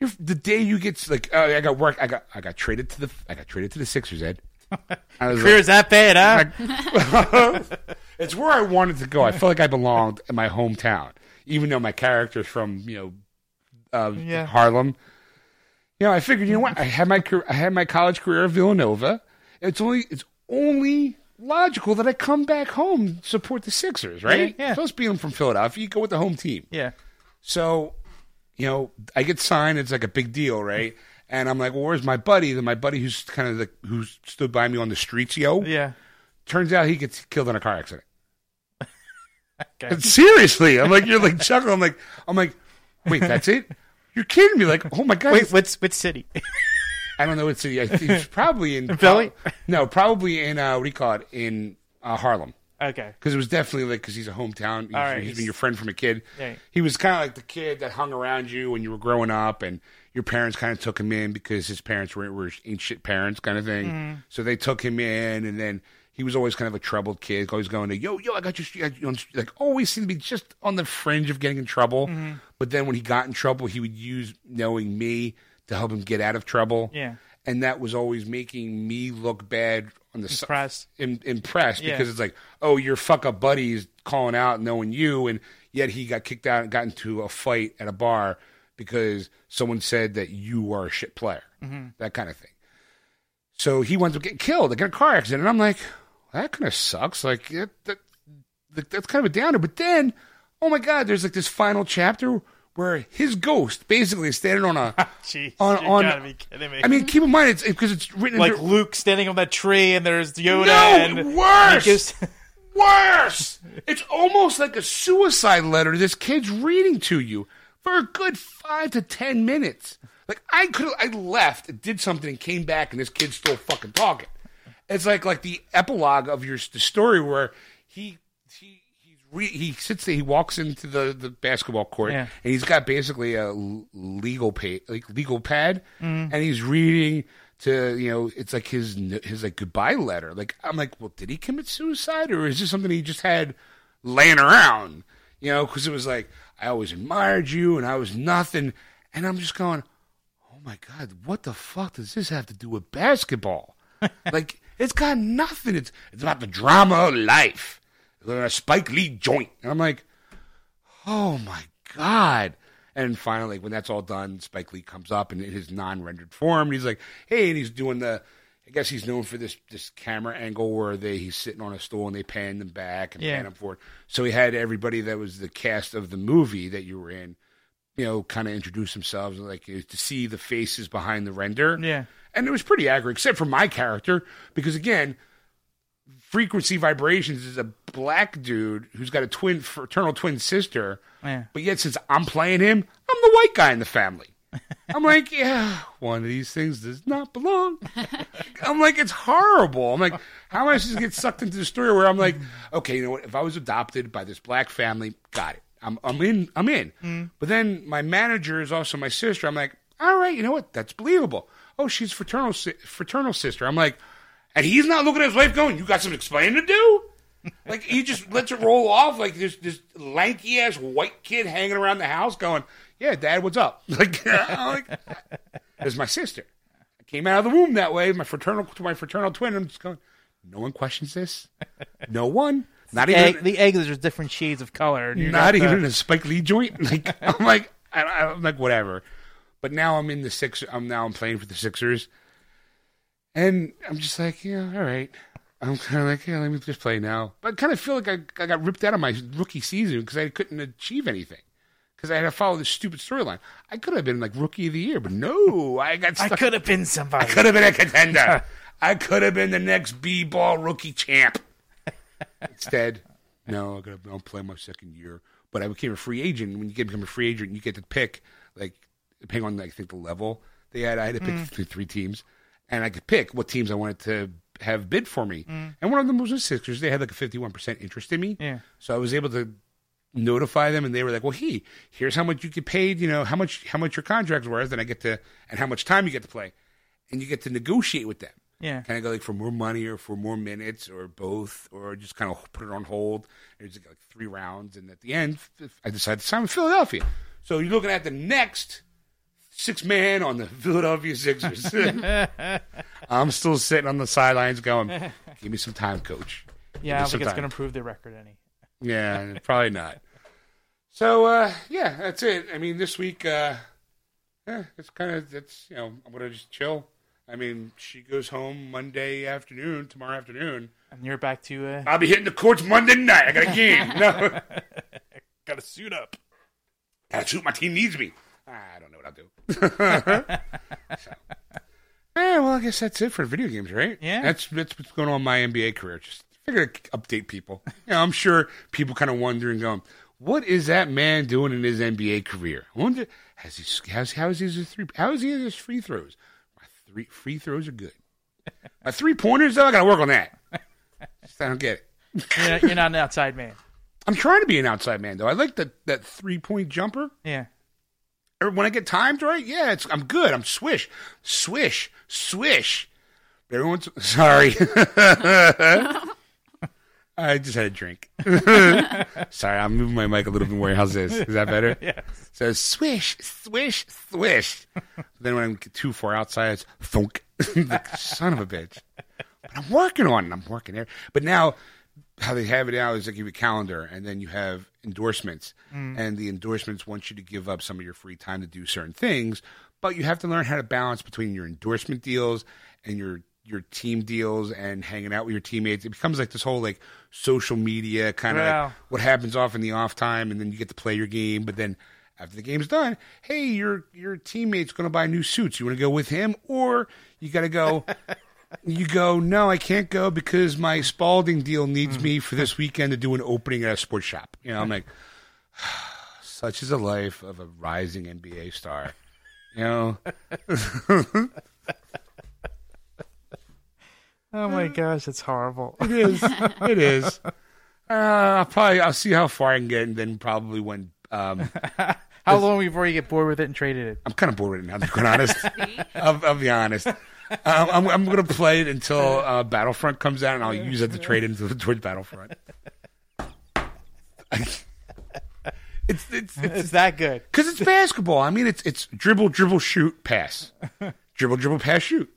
C: You're, the day you get like, oh, I got work, I got I got traded to the I got traded to the Sixers, Ed. I was like,
B: Career's that bad, huh?
C: it's where I wanted to go. I felt like I belonged in my hometown, even though my character's from you know uh,
B: Yeah.
C: Harlem. You know, I figured, you know what? I had my career, I had my college career at Villanova. It's only it's only logical that I come back home and support the Sixers, right?
B: Yeah, yeah.
C: Supposed to be I'm from Philadelphia, you go with the home team.
B: yeah.
C: So, you know, I get signed. It's like a big deal, right? And I'm like, well, where's my buddy? Then my buddy, who's kind of the who stood by me on the streets, yo,
B: Yeah.
C: turns out he gets killed in a car accident.
B: Okay.
C: Seriously, I'm like, you're like chuckling. I'm like, I'm like, wait, that's it? You're kidding me? Like, oh my god,
B: Wait, what's which city?
C: I don't know what city. I think it's probably in,
B: Philly?
C: No, probably in uh, what do you call it? In uh, Harlem.
B: okay.
C: Because it was definitely like because he's a hometown. He's,
B: All right,
C: he's
B: he's-
C: been your friend from a kid.
B: Yeah.
C: He was kind of like the kid that hung around you when you were growing up, and your parents kind of took him in because his parents were, were ancient parents kind of thing.
B: Mm-hmm.
C: So they took him in, and then he was always kind of a troubled kid, always going to yo yo. I got your street, I got you on the street," like always seemed to be just on the fringe of getting in trouble.
B: Mm-hmm.
C: But then when he got in trouble, he would use knowing me to help him get out of trouble.
B: Yeah.
C: And that was always making me look bad on the s-
B: Impressed.
C: im- impressed
B: Yeah.
C: because it's like, oh, your fuck up buddy is calling out, knowing you, and yet he got kicked out and got into a fight at a bar because someone said that you are a shit player,
B: Mm-hmm.
C: that kind of thing. So he winds up getting killed, like in a car accident, and I'm like, that kind of sucks. Like it, that, that, that's kind of a downer. But then, oh my god, there's like this final chapter where his ghost basically is standing on a.
B: Jeez,
C: On-
B: you
C: on-
B: gotta be kidding me.
C: I mean, keep in mind it's because it's written.
B: like
C: into,
B: Luke standing on that tree, and there's Yoda.
C: no,
B: and
C: worse.
B: He gives-
C: worse. It's almost like a suicide letter this kid's reading to you for a good five to ten minutes. Like I could, I left, did something, and came back, and this kid's still fucking talking. It's like like the epilogue of your the story where he he he's re, he sits there, he walks into the the basketball court,
B: Yeah.
C: and he's got basically a l- legal pay, like legal pad, and he's reading to you know it's like his n- his like goodbye letter. Like I'm like, well, did he commit suicide or is this something he just had laying around? You know, because it was like I always admired you and I was nothing, and I'm just going, oh my god, what the fuck does this have to do with basketball? like it's got nothing. It's it's about the drama of life. They're a Spike Lee joint, and I'm like, oh my god and finally when that's all done spike lee comes up in his non-rendered form and he's like hey and he's doing the i guess he's known for this this camera angle where they he's sitting on a stool and they pan them back and
B: Yeah.
C: pan him forward so he had everybody that was the cast of the movie that you were in you know kind of introduce themselves like to see the faces behind the render
B: Yeah.
C: and it was pretty accurate except for my character because again frequency vibrations is a black dude who's got a twin fraternal twin sister
B: Yeah.
C: but yet, since I'm playing him, I'm the white guy in the family. I'm like, yeah, one of these things does not belong. I'm like, it's horrible. I'm like, how am I supposed to get sucked into the story where I'm like, okay, you know what? If I was adopted by this black family, got it. I'm, I'm in. I'm in. But then my manager is also my sister. I'm like, all right, you know what? That's believable. Oh, she's fraternal si- fraternal sister. I'm like, and he's not looking at his wife going, you got some explaining to do? Like he just lets it roll off like this this lanky ass white kid hanging around the house going, Yeah, dad, what's up? Like, I'm like that's my sister. I came out of the womb that way, my fraternal to my fraternal twin, I'm just going, No one questions this. No one. Not even
B: Egg, the egg is just different shades of color. and you
C: not
B: got the-
C: even a Spike Lee joint. Like I'm like I, I'm like whatever. But now I'm in the six. I'm now I'm playing for the Sixers, and I'm just like yeah, all right. I'm kind of like yeah, let me just play now. But I kind of feel like I, I got ripped out of my rookie season because I couldn't achieve anything because I had to follow this stupid storyline. I could have been like rookie of the year, but no, I got
B: I
C: stuck.
B: could have been somebody.
C: could have been a contender. I could have been the next B ball rookie champ. Instead, no, I'm gonna I'll play my second year. But I became a free agent. When you get become a free agent, you get to pick like depending on I think the level they had. I had to pick th- three teams, and I could pick what teams I wanted to have bid for me. And one of them was the Sixers. They had like a 51 percent interest in me.
B: Yeah.
C: So I was able to notify them and they were like, Well, hey, here's how much you get paid, you know, how much how much your contract's worth, and I get to and how much time you get to play. And you get to negotiate with them.
B: Yeah.
C: Kind of go like for more money or for more minutes or both, or just kind of put it on hold. There's like three rounds, and at the end, I decided to sign with Philadelphia. So you're looking at the next six man on the Philadelphia Sixers. I'm still sitting on the sidelines going, "Give me some time, coach."
B: Yeah, I
C: Give
B: don't think
C: me
B: it's
C: some
B: going to
C: time."
B: improve their record any.
C: Yeah, probably not. So uh, yeah, that's it. I mean, this week, uh, eh, it's kind of it's you know I'm gonna just chill. I mean, she goes home Monday afternoon, tomorrow afternoon.
B: And you're back to uh,
C: I'll be hitting the courts Monday night. I got a game. No,
B: gotta suit up.
C: gotta shoot. My team needs me. I don't know what I'll do. so. Eh, well, I guess that's it for video games, right?
B: Yeah.
C: That's that's what's going on in my NBA career. Just figured to update people. You know, I'm sure people kind of wondering, going, "What is that man doing in his NBA career? I wonder has he how's how is he his three how is he his free throws? My three free throws are good. My three pointers though, I got to work on that. Just, I don't get it.
B: You're not, you're not an outside man.
C: I'm trying to be an outside man though. I like that that three point jumper.
B: Yeah.
C: Or Er, when I get timed right, yeah, it's I'm good. I'm swish, swish, swish. Everyone's sorry. I just had a drink. sorry, I'm moving my mic a little bit more. How's this? Is that better?
B: Yes.
C: So swish, swish, swish. then when I'm too far outside, it's thunk. Like, son of a bitch. But I'm working on it. I'm working there. But now, how they have it now is like you have a calendar, and then you have endorsements, and the endorsements want you to give up some of your free time to do certain things. But you have to learn how to balance between your endorsement deals and your your team deals and hanging out with your teammates. It becomes like this whole like social media kind of
B: Wow.
C: what happens off in the off time, and then you get to play your game. But then after the game's done, hey, your your teammate's going to buy new suits. You want to go with him, or you got to go. you go, no, I can't go because my Spalding deal needs me for this weekend to do an opening at a sports shop. You know, I'm like, such is the life of a rising NBA star. You know, uh,
B: Oh my gosh, that's horrible.
C: it is. It is. Uh, I'll probably I'll see how far I can get, and then probably when um,
B: How long before you get bored with it and traded it?
C: I'm kind of bored right now. To be quite honest, I'll, I'll be honest. Um, I'm, I'm going to play it until uh, Battlefront comes out, and I'll use it to trade in towards Battlefront. it's it's it's
B: It's that good.
C: because it's basketball. I mean, it's it's dribble, dribble, shoot, pass, dribble, dribble, pass, shoot.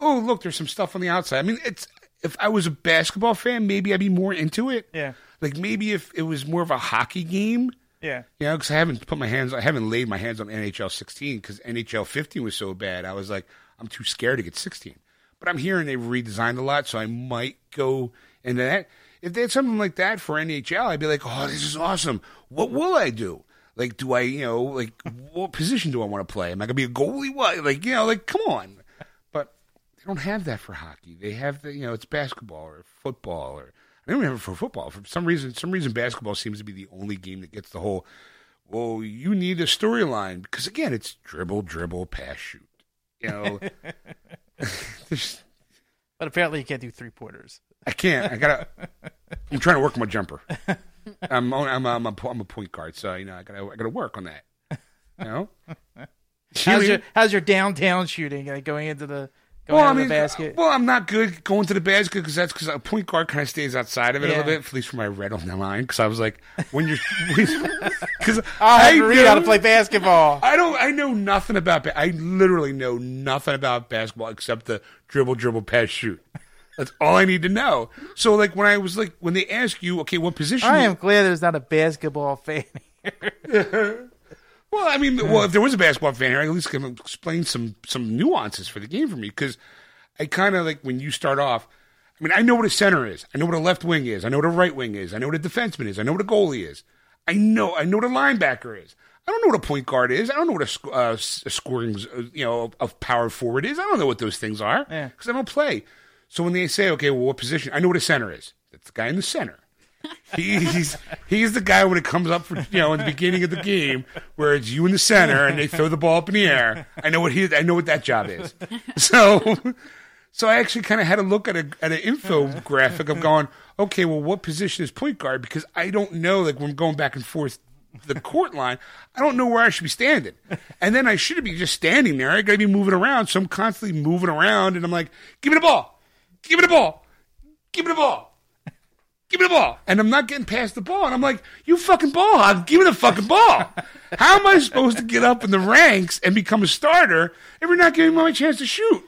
C: Oh, look, there's some stuff on the outside. I mean, it's if I was a basketball fan, maybe I'd be more into it.
B: Yeah.
C: Like maybe if it was more of a hockey game,
B: Yeah.
C: you know, because I haven't put my hands, I haven't laid my hands on NHL 16 because NHL 15 was so bad. I was like, I'm too scared to get 16. But I'm hearing they redesigned a lot, so I might go into that. If they had something like that for NHL, I'd be like, oh, this is awesome. What will I do? Like, do I, you know, like, what position do I want to play? Am I gonna be a goalie? What? Like, you know, like, come on. But they don't have that for hockey. They have the you know it's basketball or football or they don't have it for football for some reason. Some reason basketball seems to be the only game that gets the whole. Well, you need a storyline because again, it's dribble, dribble, pass, shoot. You know, there's-
B: But apparently you can't do three porters.
C: I can't. I gotta. I'm trying to work my jumper. I'm on- I'm I'm a, po- I'm a point guard, so you know I gotta I gotta work on that. You know.
B: How's your how's your downtown shooting uh, going into the going into the basket?
C: Well, I'm not good going to the basket because that's because a point guard kind of stays outside of it a little
B: Yeah.
C: bit, at least for my red on the line. Because I was like, when you're, because
B: I'll have to
C: know-
B: read how to play basketball.
C: I don't. I know nothing about. ba- I literally know nothing about basketball except the dribble, dribble, pass, shoot. That's all I need to know. So, like when I was like, when they ask you, okay, what position?
B: I
C: you-
B: am glad there's not a basketball fan.
C: Well, I mean, well, if there was a basketball fan here, I at least can explain some some nuances for the game for me because I kind of like when you start off. I mean, I know what a center is. I know what a left wing is. I know what a right wing is. I know what a defenseman is. I know what a goalie is. I know. I know what a linebacker is. I don't know what a point guard is. I don't know what a, sc- uh, s- a scoring, uh, you know, a power forward is. I don't know what those things are
B: Yeah.
C: because I don't play. So when they say, okay, well, what position? I know what a center is. That's the guy in the center. He's he's the guy when it comes up for you know in the beginning of the game where it's you in the center and they throw the ball up in the air. I know what he I know what that job is. So so I actually kind of had a look at a at an infographic of going okay well what position is point guard because I don't know like when I'm going back and forth the court line I don't know where I should be standing and then I shouldn't be just standing there I got to be moving around so I'm constantly moving around and I'm like give me the ball give me the ball give me the ball give me the ball. And I'm not getting past the ball. And I'm like, you fucking ball hog, give me the fucking ball. How am I supposed to get up in the ranks and become a starter if you're not giving me my chance to shoot?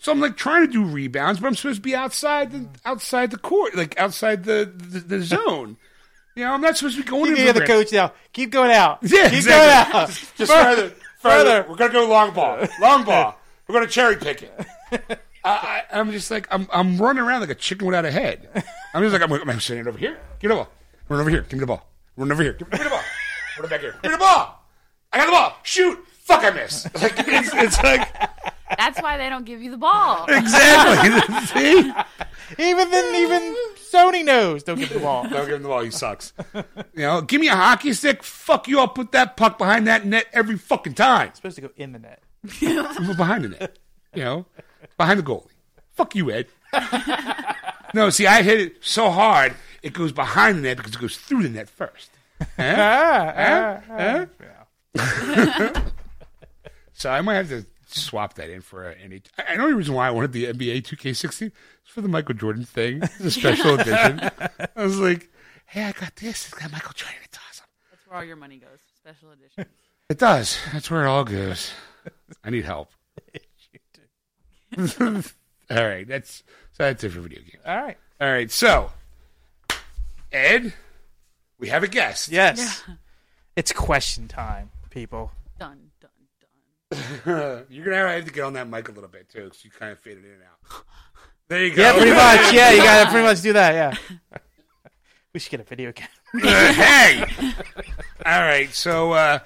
C: So I'm like trying to do rebounds, but I'm supposed to be outside the outside the court, like outside the the, the zone. You know, I'm not supposed to be going in
B: Yeah, the coach now. Keep going out.
C: Yeah,
B: Keep
C: exactly.
B: going out.
C: Just further, further. We're gonna go long ball, long ball. We're gonna cherry pick it. I, I, I'm just like I'm, I'm running around like a chicken without a head. I'm just like I'm, I'm sitting over here. Give me the ball. Run over here. Give me the ball. Run over here. Give me the ball. Run back here. Give me the ball. I got the ball. Shoot. Fuck. I miss. Like it's, it's like
D: That's why they don't give you the ball.
C: exactly. See?
B: Even then, even Sony knows. Don't give the ball.
C: Don't give him the ball. He sucks. You know, give me a hockey stick. Fuck you. I'll put that puck behind that net every fucking time.
B: supposed to go in the net.
C: We're behind the net, you know, behind the goalie. Fuck you, Ed. no, see, I hit it so hard it goes behind the net because it goes through the net first. Eh? Huh? Huh? so I might have to swap that in for uh, any. I I know the reason why I wanted the NBA 2K16 is for the Michael Jordan thing, the special edition. I was like, hey, I got this. It's got Michael Jordan. It's awesome.
D: That's where all your money goes. Special edition.
C: It does. That's where it all goes. I need help. all right, that's so that's it for video games.
B: All right.
C: All right, so Ed, we have a guest.
B: Yes. It's question time, people.
D: Done, done, done.
C: You're gonna have to get on that mic a little bit too, because you kind of faded in and out. There you go.
B: Yeah, pretty much. Yeah, you gotta pretty much do that. Yeah. we should get a video game.
C: Uh, hey. All right, so uh,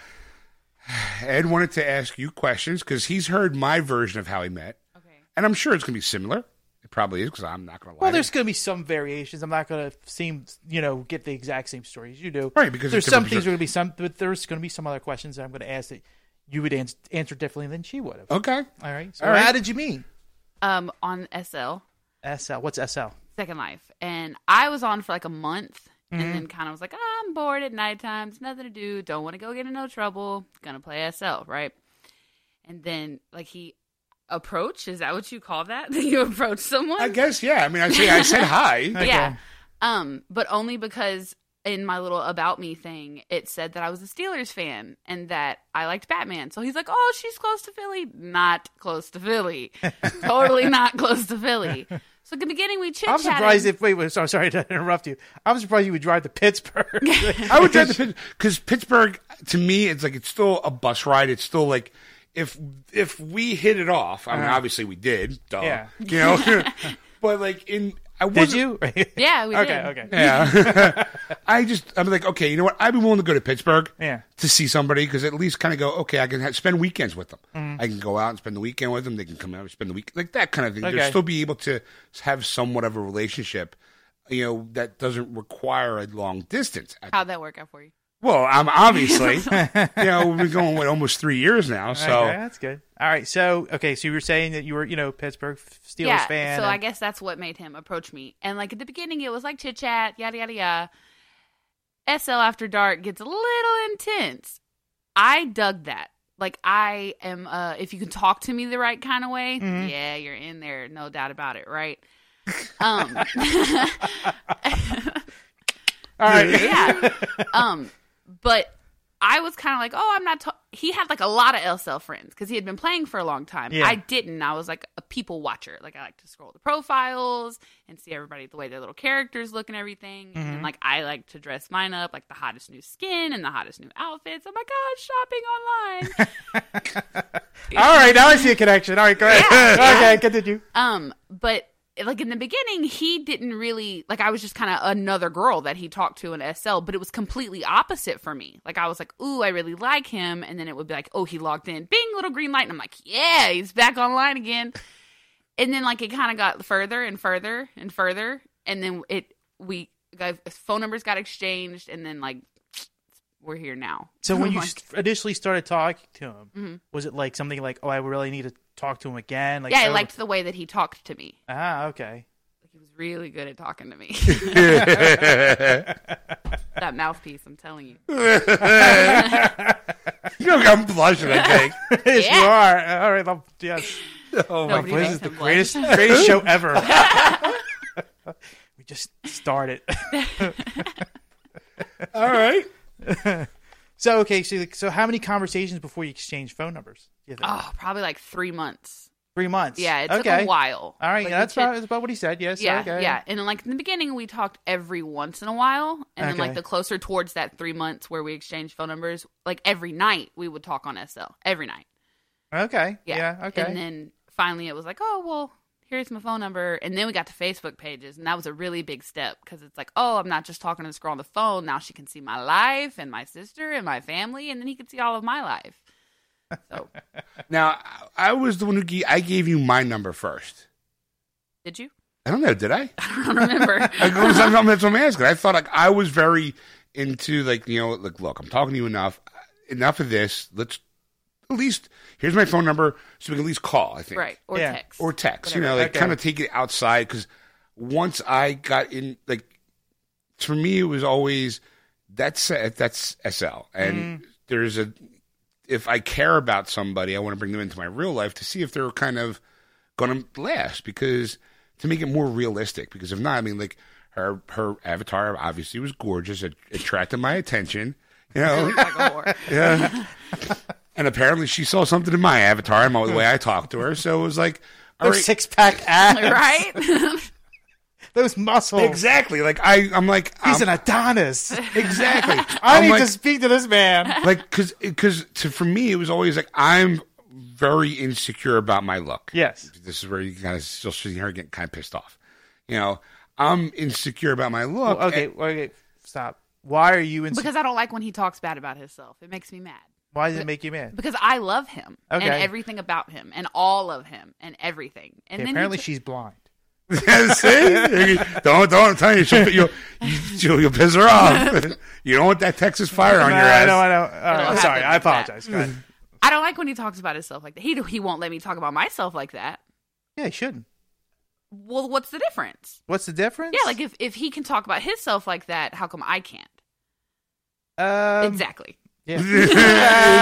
C: Ed wanted to ask you questions because he's heard my version of how he met,
D: Okay.
C: and I'm sure it's gonna be similar. It probably is because I'm not gonna lie.
B: Well,
C: to you.
B: there's going to be some variations. I'm not going to seem, you know, get the exact same stories you do.
C: Right, because
B: there's
C: it's different
B: some things
C: perspective.
B: are going to be some, but there's going to be some other questions that I'm going to ask that you would ans- answer differently than she would have.
C: Okay.
B: Oh. All right. So
C: All right.
B: how did you meet?
D: um, on SL
B: SL. What's SL?
D: Second Life, and I was on for like a month,
B: Mm-hmm.
D: and then kind of was like, "Ah, I'm bored at night times, nothing to do, don't want to go get in no trouble, gonna play SL, right? And then like he approached. Is that what you call that? you approach someone?
C: I guess yeah. I mean, I see. I said hi.
B: Okay.
D: Yeah. Um, but only because in my little about me thing, it said that I was a Steelers fan and that I liked Batman. So he's like, "Oh, she's close to Philly. Not close to Philly. totally not close to Philly." So at the beginning, we chit
B: I'm
D: chatted.
B: surprised if wait, wait sorry, sorry to interrupt you. I'm surprised you would drive to Pittsburgh.
C: I would drive to Pittsburgh because Pittsburgh to me, it's like it's still a bus ride. It's still like if if we hit it off. I mean, obviously we did. Duh.
B: Uh-huh. Yeah.
C: You know, but like in I
B: Did
C: wasn't-
B: you?
D: Yeah, we
B: okay,
D: did.
B: okay.
C: Yeah. I just, I'm like, okay, you know what? I'd be willing to go to Pittsburgh
B: Yeah.
C: to see somebody because at least kind of go, okay, I can ha spend weekends with them.
B: Mm-hmm.
C: I can go out and spend the weekend with them. They can come out and spend the week, like that kind of thing.
B: Okay.
C: They'll still be able to have somewhat of a relationship, you know, that doesn't require a long distance. I-
D: How'd that work out for you?
C: Well, I'm obviously, you know, we've been going, what, almost three years now.
B: Okay,
C: So,
B: that's good. All right. So okay, so you were saying that you were, you know, Pittsburgh Steelers
D: yeah.
B: fan.
D: so
B: and-
D: I guess that's what made him approach me. And like at the beginning, it was like chit chat, yada yada yada. SL after dark gets a little intense. I dug that. Like I am. Uh, if you can talk to me the right kind of way,
B: Mm-hmm.
D: yeah, you're in there, no doubt about it, right? Um,
B: All right.
D: yeah. Um, but I was kind of like, oh, I'm not. Ta-. He had like a lot of LSL friends because he had been playing for a long time.
B: Yeah.
D: I didn't. I was like a people watcher. Like I like to scroll the profiles and see everybody the way their little characters look and everything. And
B: Mm-hmm.
D: then, like I like to dress mine up like the hottest new skin and the hottest new outfits. Oh my god, shopping online.
B: All right. Now I see a connection. All right. Go ahead. okay. Continue.
D: Um, but like in the beginning, he didn't really like. I was just kind of another girl that he talked to in SL, but it was completely opposite for me. Like I was like, "Ooh, I really like him," and then it would be like, "Oh, he logged in, bing, little green light," and I'm like, "Yeah, he's back online again." And then like it kind of got further and further and further, and then it we got, phone numbers got exchanged, and then like we're here now.
B: So when you
D: Like-
B: st- initially started talking to him,
D: Mm-hmm.
B: was it like something like, "Oh, I really need to talk to him again"? Like,
D: yeah, I
B: oh,
D: liked the way that he talked to me.
B: Ah, okay.
D: He was really good at talking to me. that mouthpiece, I'm telling you.
C: you know, I'm blushing, I think.
B: yes, you
D: Yeah.
B: are. All right. I'm, yes.
C: oh, my.
D: Nobody
B: This
D: makes
B: is the
D: him
B: greatest,
D: blush.
B: greatest show ever. we just started.
C: All right.
B: so okay. So so how many conversations before you exchanged phone numbers? Do you think?
D: Oh, probably like three months.
B: Three months.
D: Yeah, it
B: okay.
D: took a while.
B: All right.
D: Like,
B: yeah,
D: we
B: that's
D: chit-
B: about, that's about what he said. Yes.
D: yeah,
B: okay.
D: yeah. And like in the beginning, we talked every once in a while, and then
B: Okay.
D: like the closer towards that three months where we exchanged phone numbers, like every night we would talk on SL every night.
B: Okay.
D: Yeah,
B: Yeah. okay.
D: And then finally, it was like, oh well, here's my phone number, and then we got to Facebook pages, and that was a really big step because it's like, oh, I'm not just talking to this girl on the phone. Now she can see my life and my sister and my family, and then he could see all of my life. So,
C: Now, I I was the one who gave, I gave you my number first.
D: did you?
C: I don't know, did I?
D: I don't remember.
C: Like, that's what- that's what I'm asking. I thought like I was very into like you know like look, I'm talking to you enough. Enough of this. Let's at least here's my phone number so we can at least call. I think
D: right or
B: Yeah.
D: text
C: or text. You
D: Whatever.
C: know, like
B: Okay.
C: kind of take it outside because once I got in, like for me it was always that's that's SL and there's a if I care about somebody, I want to bring them into my real life to see if they're kind of going to last because to make it more realistic. Because if not, I mean, like her her avatar obviously was gorgeous, it attracted my attention, you know.
D: like a whore.
C: and apparently, she saw something in my avatar and the way I talked to her. So it was like, all
B: Those
C: right,
B: six pack abs.
D: right?
B: Those muscles.
C: exactly. Like I, I'm like
B: He's
C: I'm-
B: an Adonis.
C: exactly.
B: I
C: I'm
B: need
C: like,
B: to speak to this man.
C: like because because for me it was always like I'm very insecure about my look.
B: Yes.
C: this is where you kind of still see her getting kind of pissed off. You know, I'm insecure about my look.
B: Okay.
C: and-
B: Okay. Stop. Why are you in?
D: because I don't like when he talks bad about himself. It makes me mad.
B: Why does it make you mad?
D: Because I love him and
B: Okay.
D: everything about him and all of him and everything. And
B: Okay,
D: then he
B: apparently,
D: ju-
B: she's blind.
C: See? don't don't I'm telling you, she'll, you'll, you'll you'll piss her off. you don't want that Texas fire on your
B: I
C: ass.
B: know. I know. All right,
D: It'll
B: I'm uh, sorry. I
D: happen like that. Mm.
B: apologize. Go ahead.
D: I don't like when he talks about himself like that. He he won't let me talk about myself like that.
B: Yeah, he shouldn't.
D: Well, what's the difference?
B: What's the difference?
D: Yeah, like if if he can talk about his self like that, how come I can't?
B: um,
D: exactly.
B: yeah.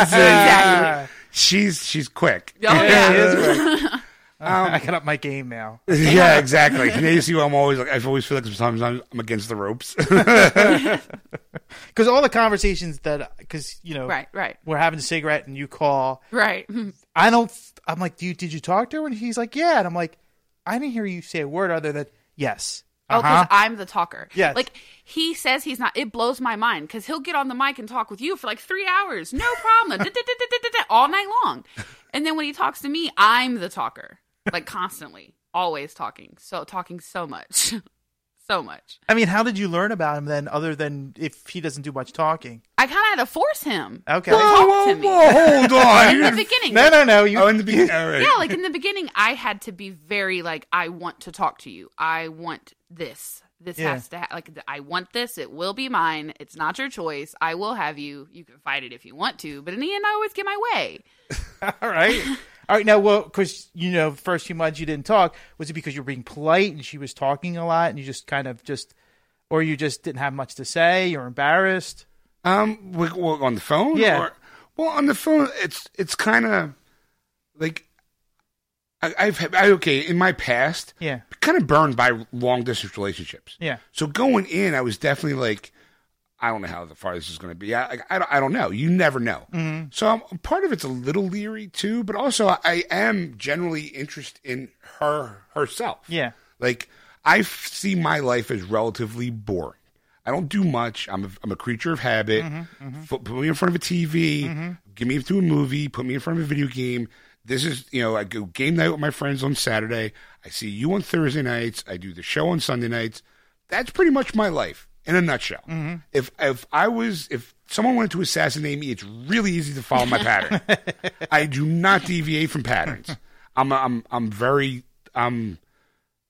D: Exactly.
C: uh, she's she's quick.
D: Oh yeah.
B: She is Uh,
C: Um,
B: I got up my game now.
C: yeah, exactly. Now you see, why I'm always like, I always feel like sometimes I'm, I'm against the ropes.
B: Because all the conversations that, because you know,
D: Right, right,
B: we're having a cigarette and you call.
D: right.
B: I don't. I'm like, do you, did you talk to her? And he's like, yeah. And I'm like, I didn't hear you say a word other than yes.
D: Oh,
B: Uh
C: Uh-huh.
D: because
B: huh.
D: I'm the talker.
B: Yes.
D: Like he says he's not. It blows my mind because he'll get on the mic and talk with you for like three hours, no problem, da, da, da, da, da, da, da, all night long. And then when he talks to me, I'm the talker, like constantly, always talking. So talking so much, so much.
B: I mean, how did you learn about him then, other than if he doesn't do much talking?
D: I kind of had to force him.
B: Okay.
D: to talk
C: whoa,
D: to me
C: whoa, hold on.
D: in
C: You
D: the
C: didn't-
D: beginning.
B: No, no, no. You,
C: oh, in the beginning. All right.
D: yeah, like in the beginning, I had to be very like, I want to talk to you. I want this. This
B: Yeah.
D: has to ha- like, I want this. It will be mine. It's not your choice. I will have you. You can fight it if you want to, but in the end, I always get my way.
B: all right. All right. Now, well, because you know, the first few months you didn't talk. Was it because you were being polite and she was talking a lot, and you just kind of just, or you just didn't have much to say? You're embarrassed.
C: Um, we, we on the phone.
B: Yeah.
C: Or, well, on the phone, it's it's kind of like I, I've had- I, okay in my past,
B: Yeah.
C: kind of burned by long distance relationships.
B: Yeah.
C: So going in, I was definitely like, I don't know how far this is going to be. I, I, I don't, I don't know. You never know.
B: Mm-hmm.
C: So I'm, part of it's a little leery too, but also I, I am generally interested in her herself.
B: Yeah.
C: Like I f- see my life as relatively boring. I don't do much. I'm a, I'm a creature of habit. Fu- Put, me in front of a TV. Give me to a movie. Put me in front of a video game. This is you know I go game night with my friends on Saturday. I see you on Thursday nights. I do the show on Sunday nights. That's pretty much my life in a nutshell. If if I was if someone wanted to assassinate me, it's really easy to follow my pattern. I do not deviate from patterns. I'm a, I'm I'm very I'm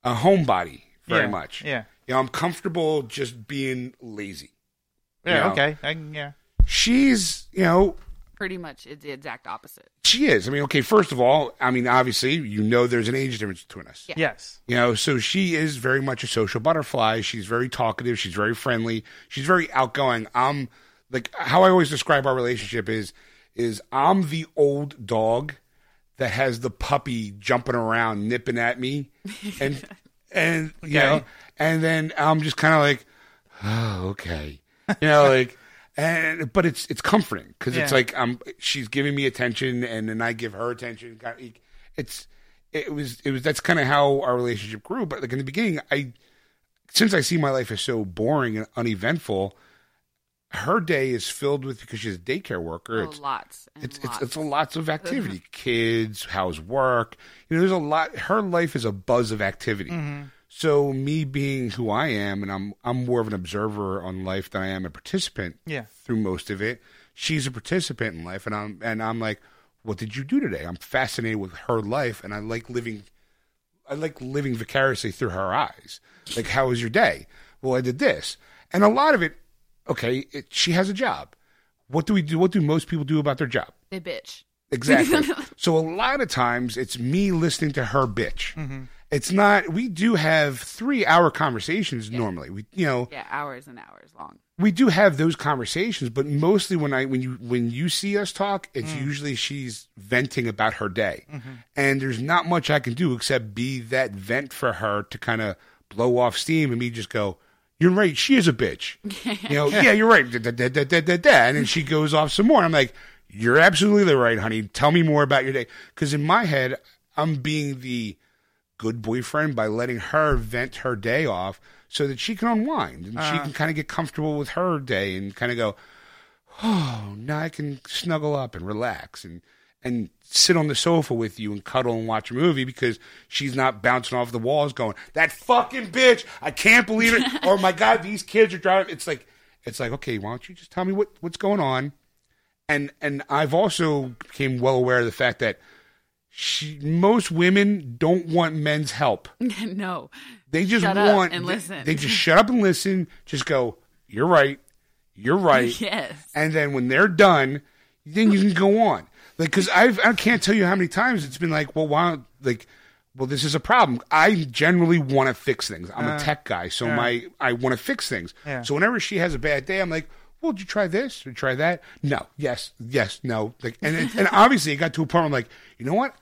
C: a homebody very
B: Yeah,
C: much.
B: yeah.
C: You know, I'm comfortable just being lazy.
B: Yeah.
C: Yeah.
B: Okay. I, can- yeah.
C: She's, you know,
D: Pretty much, it's the exact opposite.
C: she is. I mean, okay, first of all, I mean, obviously, you know there's an age difference between us.
D: Yeah.
B: Yes.
C: You know, so she is very much a social butterfly. She's very talkative. She's very friendly. She's very outgoing. I'm like how I always describe our relationship is is I'm the old dog that has the puppy jumping around, nipping at me, and and you know,
B: Okay.
C: and then I'm just kind of like, oh okay, you know, like. And but it's it's comforting because it's
B: Yeah.
C: like um she's giving me attention and then I give her attention. Got- It's it was it was that's kind of how our relationship grew. But like in the beginning, I since I see my life as so boring and uneventful, her day is filled with because she's a daycare worker.
D: Oh,
C: it's
D: lots and
C: it's,
D: lots.
C: it's it's a lots of activity. Kids, how's work? You know, there's a lot. Her life is a buzz of activity. So me being who I am, and I'm I'm more of an observer on life than I am a participant.
B: Yeah.
C: Through most of it, she's a participant in life, and I'm and I'm like, what did you do today? I'm fascinated with her life, and I like living. I like living vicariously through her eyes. Like, how was your day? Well, I did this, and a lot of it. Okay, it, she has a job. What do we do? What do most people do about their job?
D: They bitch.
C: Exactly. so a lot of times it's me listening to her bitch. It's not. We do have three hour conversations normally. We you know
D: Yeah, hours and hours long.
C: we do have those conversations, but mostly when I when you when you see us talk, it's usually she's venting about her day, and there's not much I can do except be that vent for her to kind of blow off steam and me just go. You're right. She is a bitch. You know. yeah, you're right. Da, da, da, da, da, da, da." And then she goes off some more. And I'm like, you're absolutely right, honey. Tell me more about your day. Because in my head, I'm being the good boyfriend by letting her vent her day off so that she can unwind and she can kind of get comfortable with her day and kind of go, oh, now I can snuggle up and relax and and sit on the sofa with you and cuddle and watch a movie because she's not bouncing off the walls going that fucking bitch I can't believe it or my god these kids are driving it's like it's like okay why don't you just tell me what what's going on and and I've also became well aware of the fact that she, most women don't want men's help.
D: no,
C: They just
D: Shut up
C: want
D: and listen.
C: They just shut up and listen. Just go. You're right. You're right.
D: yes,
C: And then when they're done, then you can go on. Like, because I've I can't tell you how many times it's been like, well, why? don't- Like, well, this is a problem. I generally want to fix things. I'm a tech guy, so my I want to fix things.
B: Yeah.
C: So whenever she has a bad day, I'm like. Well, did you try this or try that? No. Yes. Yes. No. Like, and it, and obviously, it got to a point. Where I'm like, you know what?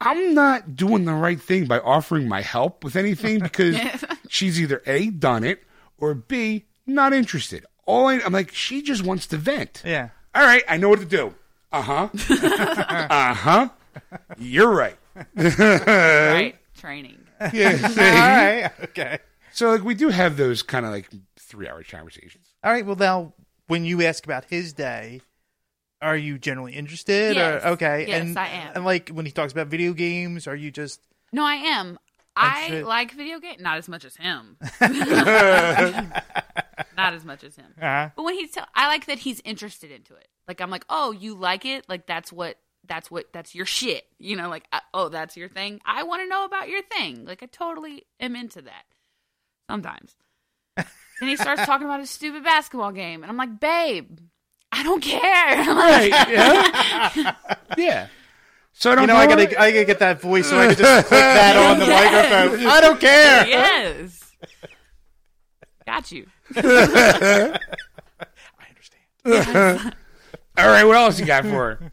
C: I'm not doing the right thing by offering my help with anything because she's either A, done it, or B, not interested. All I, I'm like, she just wants to vent.
B: Yeah.
C: All right, I know what to do. Uh huh. uh huh. You're right.
D: right? Training.
B: All
C: Yeah.
B: right. Okay.
C: so, like, we do have those kind of like three hour conversations.
B: All right. Well, now, when you ask about his day, are you generally interested?
D: Yes.
B: Or okay.
D: Yes,
B: and,
D: I am.
B: And like when he talks about video games, are you just
D: No, I am. I
B: shit.
D: like video game, not as much as him. not as much as him.
B: uh
D: But when he's, tell- I like that he's interested into it. Like I'm like, oh, you like it? Like that's what, that's what, that's your shit. You know, like I- oh, that's your thing. I want to know about your thing. Like I totally am into that. Sometimes. then he starts talking about his stupid basketball game, and I'm like, babe, I don't care.
C: Right. Yeah. yeah. So, I don't
B: You know, I
C: what-
B: gotta, I gotta get that voice so I can just put that on the microphone. I don't care.
D: yes. Got you.
B: I understand.
C: All right, what else you got for her?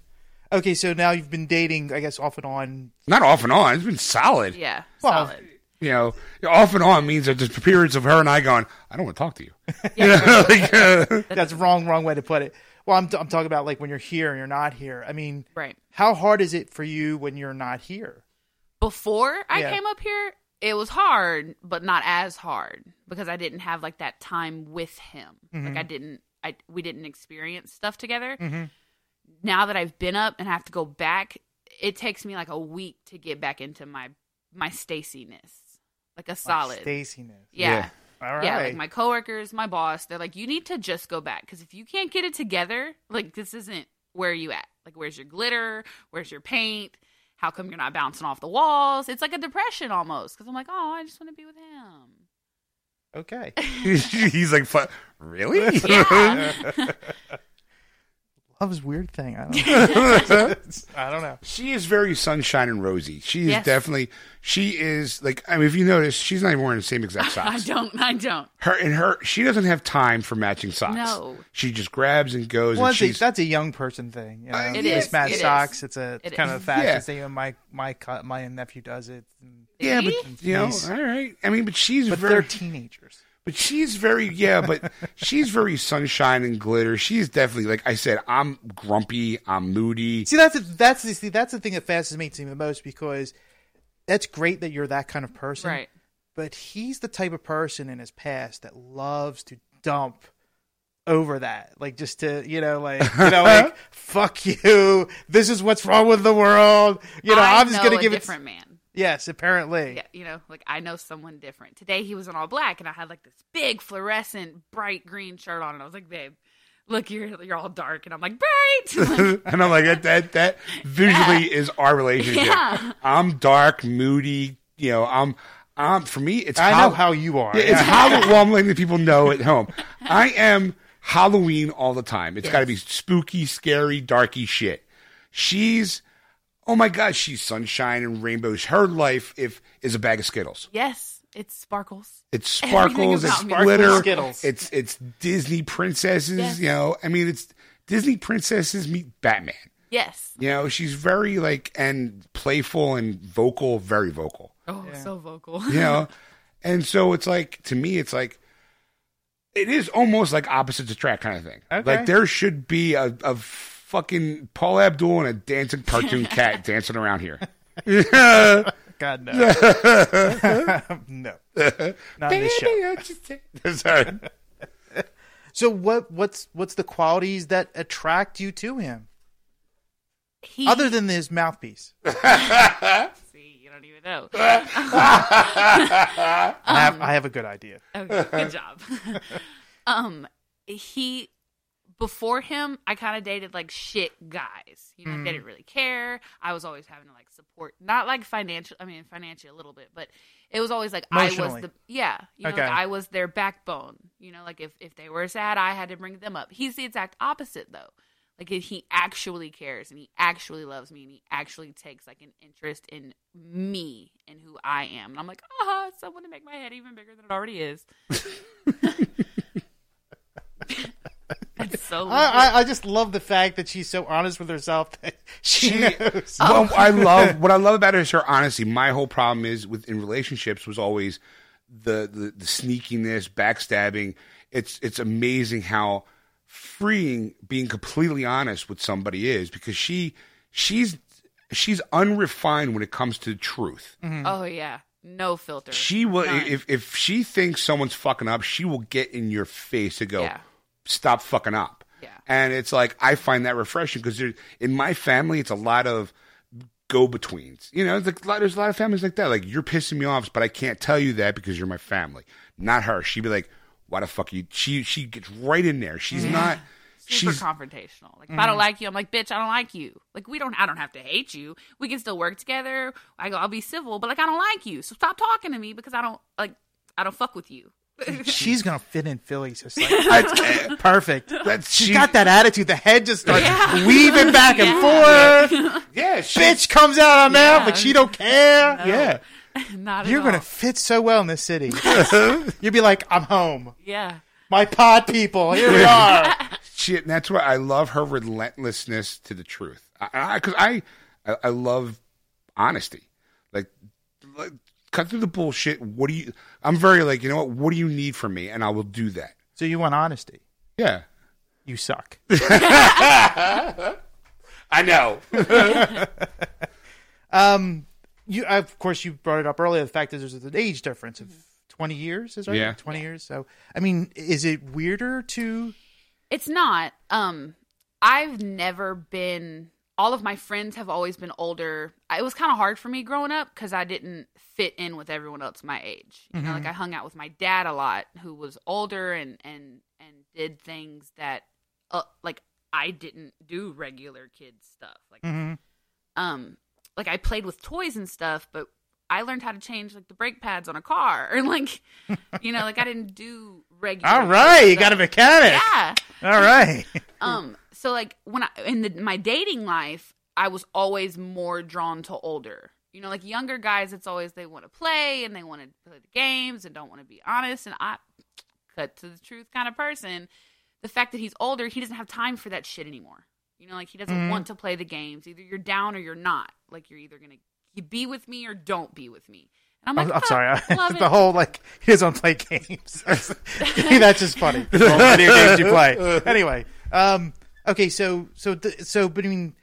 B: Okay, so now you've been dating, I guess, off and on.
C: Not off and on. It's been solid.
D: Yeah.
B: Well,
D: solid.
C: you know, off and on means that there's periods of her and I going, I don't want to talk to you. Like, uh,
B: That's wrong, wrong way to put it. Well, I'm, I'm talking about like when you're here and you're not here. I mean,
D: Right.
B: How hard is it for you when you're not here?
D: Before I
B: Yeah.
D: came up here, it was hard, but not as hard because I didn't have like that time with him. Like I didn't I we didn't experience stuff together. Now that I've been up and have to go back, it takes me like a week to get back into my my Stacy-ness. Like a solid.
B: Staciness.
D: yeah.
B: All right.
D: Yeah, like my coworkers, my boss, they're like, you need to just go back because if you can't get it together, like this isn't where you at. Like, where's your glitter? Where's your paint? How come you're not bouncing off the walls? It's like a depression almost because I'm like, oh, I just want to be with him.
B: okay.
C: he's like, "Fu- really?
D: Yeah,
B: Love is a weird thing. I don't know. I don't know.
C: She is very sunshine and rosy. She is
D: Yes.
C: definitely, she is like, I mean, if you notice, she's not even wearing the same exact
D: I
C: socks.
D: don't, I don't.
C: Her and her, she doesn't have time for matching socks.
D: No.
C: She just grabs and goes.
B: Well,
C: and
B: that's a,
C: she's,
B: that's a young person thing. You know?
C: Uh, It
B: Mismatched
C: is,
D: it is.
B: socks. It's a it's
D: It
B: kind
D: is.
B: of a fashion
C: Yeah.
B: thing. And my my co- my nephew does it. And-
C: yeah, but, you know,
B: Please.
C: all right. I mean, but she's
B: but
C: very.
B: they're teenagers.
C: But she's very yeah, but she's very sunshine and glitter. She's definitely like I said, I'm grumpy, I'm moody.
B: See, that's that's the see, that's the thing that fascinates me the most because that's great that you're that kind of person.
D: Right.
B: But he's the type of person in his past that loves to dump over that, like just to you know, like you know, like fuck you. This is what's wrong with the world. You know,
D: I
B: am just
D: know
B: gonna
D: a
B: give
D: different man.
B: it. Yes, apparently.
D: Yeah, you know, like I know someone different. Today he was in all black, and I had like this big fluorescent bright green shirt on, and I was like, babe, look, you're you're all dark, and I'm like, bright.
C: and I'm like that that, that visually is our relationship.
D: Yeah.
C: I'm dark, moody, you know, I'm I'm for me it's
B: I
C: Hall-
B: know how you are.
C: Yeah, it's Halloween. Well, I'm letting the people know at home. I am Halloween all the time. It's got to be spooky, scary, darky shit. She's, oh my god, she's sunshine and rainbows. Her life if is a bag of Skittles.
D: Yes, it sparkles.
C: It's
D: Everything
C: sparkles,
D: about
C: it's
D: me.
C: glitter,
B: Sparkles, Skittles.
C: it's it's Disney princesses.
D: Yes.
C: You know, I mean, it's Disney princesses meet Batman.
D: Yes.
C: You know, she's very like and playful and vocal, very vocal.
D: Oh, so vocal.
C: You know, and so it's like to me, it's like it is almost like opposites attract kind of thing.
B: Okay.
C: Like there should be a, a fucking Paul Abdul and a dancing cartoon cat dancing around here.
B: God no. no. Not in this show.
C: Sorry.
B: So what what's what's the qualities that attract you to him?
D: He,
B: Other than his mouthpiece.
D: see, you don't even know.
B: I, have, I have a good idea.
D: Okay, good job. um, he before him, I kind of dated like shit guys. You know, they
B: Mm.
D: didn't really care. I was always having to like support, not like financial. I mean, financially a little bit, but it was always like I was
B: Emotionally.
D: the yeah. You know, like,
B: Okay.
D: I was their backbone. You know, like if if they were sad, I had to bring them up. He's the exact opposite though. Like he actually cares and he actually loves me and he actually takes like an interest in me and who I am. And I'm like, ah, someone to make my head even bigger than it already is. That's so.
B: I, I, I just love the fact that she's so honest with herself that she, uh, knows.
D: Oh.
C: Well, I love what I love about it is her honesty. My whole problem is with in relationships was always the the, the sneakiness, backstabbing. It's it's amazing how freeing being completely honest with somebody is because she she's she's unrefined when it comes to truth.
D: oh yeah, no filter.
C: She will
D: None.
C: if if she thinks someone's fucking up, she will get in your face to go,
D: Yeah.
C: stop fucking up.
D: Yeah.
C: And it's like I find that refreshing because in my family, it's a lot of go betweens. You know, it's like a lot- there's a lot of families like that. Like you're pissing me off, but I can't tell you that because you're my family. Not her. She'd be like, "Why the fuck you?" She she gets right in there. She's not.
D: super
C: She's
D: confrontational. Like if
B: Mm-hmm.
D: I don't like you, I'm like, bitch, I don't like you. Like we don't, I don't have to hate you. We can still work together. I go, I'll be civil, but like I don't like you, so stop talking to me because I don't like, I don't fuck with you.
B: she's gonna fit in Philly's just like
C: I-
B: perfect.
C: eh, that's
B: She's
C: she-
B: got that attitude. The head just starts
D: Yeah.
B: weaving back and forth.
C: Yeah, she,
B: Bitch comes out on mouth,
D: Yeah.
B: but she don't care.
C: Yeah,
D: Not at
B: You're gonna
D: all.
B: fit so well in this city. You'd be like, I'm home.
D: yeah,
B: My pod people, here we are.
C: she, and that's why I love her relentlessness to the truth. I because I, I, I love honesty. Like, like, cut through the bullshit. What do you? I'm very like you know what? What do you need from me? And I will do that.
B: So you want honesty?
C: Yeah,
B: You suck.
C: I know.
B: Um, You, of course, you brought it up earlier. The fact that there's an age difference of 20 years, is right?
C: Yeah.
B: 20 years. So, I mean, is it weirder to?
D: it's not. Um, I've never been. All of my friends have always been older. I- It was kind of hard for me growing up because I didn't fit in with everyone else my age. You
B: Mm-hmm.
D: know, like I hung out with my dad a lot, who was older and and and did things that, uh, like I didn't do regular kid stuff. Like
B: Mhm.
D: um like I played with toys and stuff, but I learned how to change like the brake pads on a car or like you know, like I didn't do regular
B: All right, you
D: stuff.
B: got a mechanic.
D: Yeah.
B: All right.
D: Um so like when I in the, my dating life, I was always more drawn to older. You know, like younger guys it's always they want to play and they want to play the games and don't want to be honest and I cut to the truth kind of person. The fact that he's older, he doesn't have time for that shit anymore. You know, like he doesn't
B: Mhm.
D: want to play the games. Either you're down or you're not. Like you're either gonna you be with me or don't be with me. And I'm like,
B: I'm, I'm
D: "Fuck,
B: sorry.
D: love
B: the
D: it."
B: whole like he doesn't play games. That's just funny. The whole video games you play. Anyway, um, okay. So so th- so between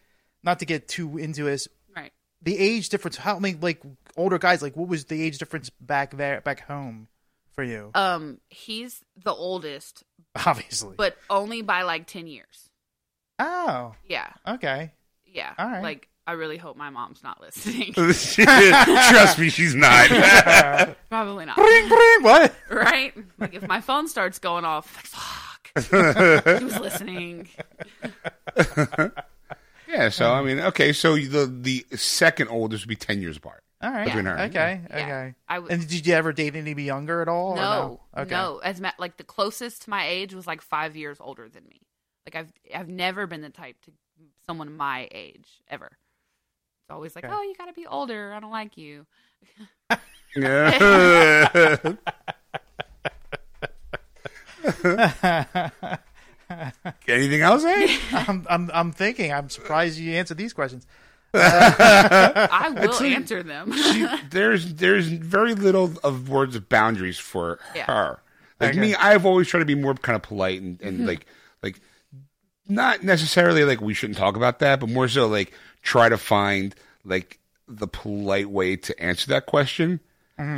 B: not to get too into this,
D: right.
B: the age difference. How many like older guys? Like what was the age difference back there back home for you?
D: Um, he's the oldest,
B: Obviously.
D: but only by like ten years.
B: oh,
D: Yeah,
B: okay.
D: yeah.
B: All right.
D: Like I really hope my mom's not listening.
C: Trust me, she's not.
D: Probably not.
B: Bring, bring, what?
D: Right? Like if my phone starts going off, like fuck, he was listening.
C: yeah, so I mean, okay, so the the second oldest would be ten years apart.
B: All right.
C: Between her and
B: Okay.
D: Yeah.
B: Okay.
D: I w-
B: and did you ever date anybody younger at all? or
D: No, no.
B: Okay.
D: As ma- like the closest to my age was like five years older than me. Like I've I've never been the type to someone my age ever. It's always like,
B: Okay.
D: oh, you got to be older. I don't like you.
C: Yeah. Anything else, eh?
B: I'm, I'm, I'm thinking. I'm surprised you answered these questions.
D: I will answer them.
C: there's there's very little of words of boundaries for
D: Yeah.
C: her. Like
B: Okay.
C: me, I've always tried to be more kind of polite and,
D: Mm-hmm.
C: and like like not necessarily like we shouldn't talk about that, but more so like try to find like the polite way to answer that question.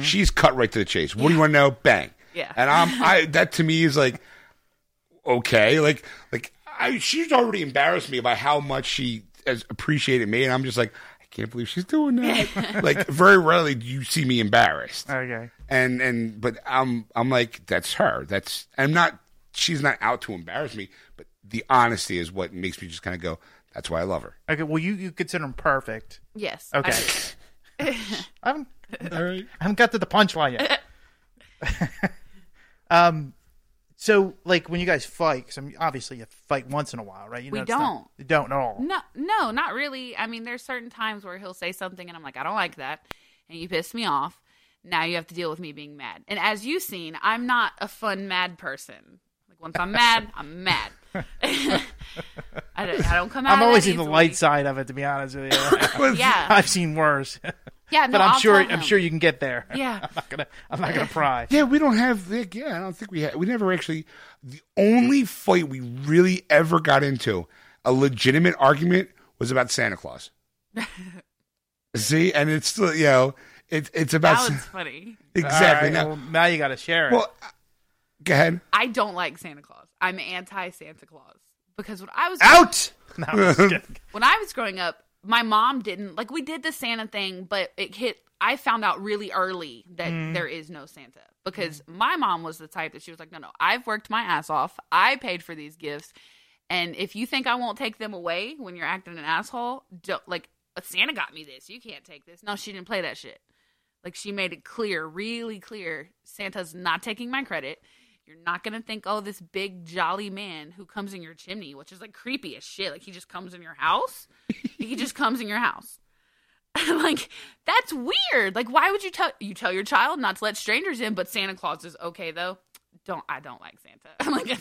C: She's cut right to the chase. What do you want to know? Bang.
D: Mm-hmm. Yeah.
C: And I'm I that to me is like okay, like like I she's already embarrassed me by how much she has appreciated me, and I'm just like I can't believe she's doing that. like very rarely do you see me embarrassed,
B: Okay.
C: and and but I'm I'm like that's her. That's I'm not. She's not out to embarrass me, but the honesty is what makes me just kind of go. That's why I love her.
B: Okay. Well, you, you consider them perfect.
D: yes. I
B: Okay.
D: do.
B: I haven't, I
C: All right.
B: haven't got to the punchline yet. um, So, like, when you guys fight, because I'm obviously you fight once in a while, right? You
D: We
B: it's not-
D: don't.
B: you don't at all.
D: No, no, not really. I mean, there's certain times where he'll say something and I'm like, I don't like that. And you pissed me off. Now you have to deal with me being mad. And as you've seen, I'm not a fun, mad person. Like, once I'm mad, I'm mad. I, don't, I don't come out.
B: I'm
D: of
B: always
D: that
B: in the
D: easily.
B: light side of it, to be honest with you.
D: Yeah.
B: I've seen worse,
D: Yeah. No,
B: but I'm
D: I'll
B: sure
D: tell him.
B: I'm sure you can get there.
D: Yeah.
B: I'm not gonna I'm not gonna pry.
C: Yeah, we don't have. like, Yeah, I don't think we had. We never actually. The only fight we really ever got into a legitimate argument was about Santa Claus. See, and it's still you know it's it's about
D: That was funny.
C: exactly
B: All right,
C: now.
B: well, now you got to share it.
C: Well, I- go ahead.
D: I don't like Santa Claus. I'm anti Santa Claus because when I was
B: out. No, I'm just kidding.
D: when I was growing up, my mom didn't like we did the Santa thing, but it hit I found out really early that there is no Santa because my mom was the type that she was like, "No, no, I've worked my ass off. I paid for these gifts, and if you think I won't take them away when you're acting an asshole, don't like Santa got me this. You can't take this." No, she didn't play that shit. Like she made it clear, really clear, Santa's not taking my credit. You're not gonna think, oh, this big jolly man who comes in your chimney, which is like creepy as shit. Like he just comes in your house. he just comes in your house. like that's weird. Like why would you tell you tell your child not to let strangers in, but Santa Claus is okay though. Don't I don't like Santa. like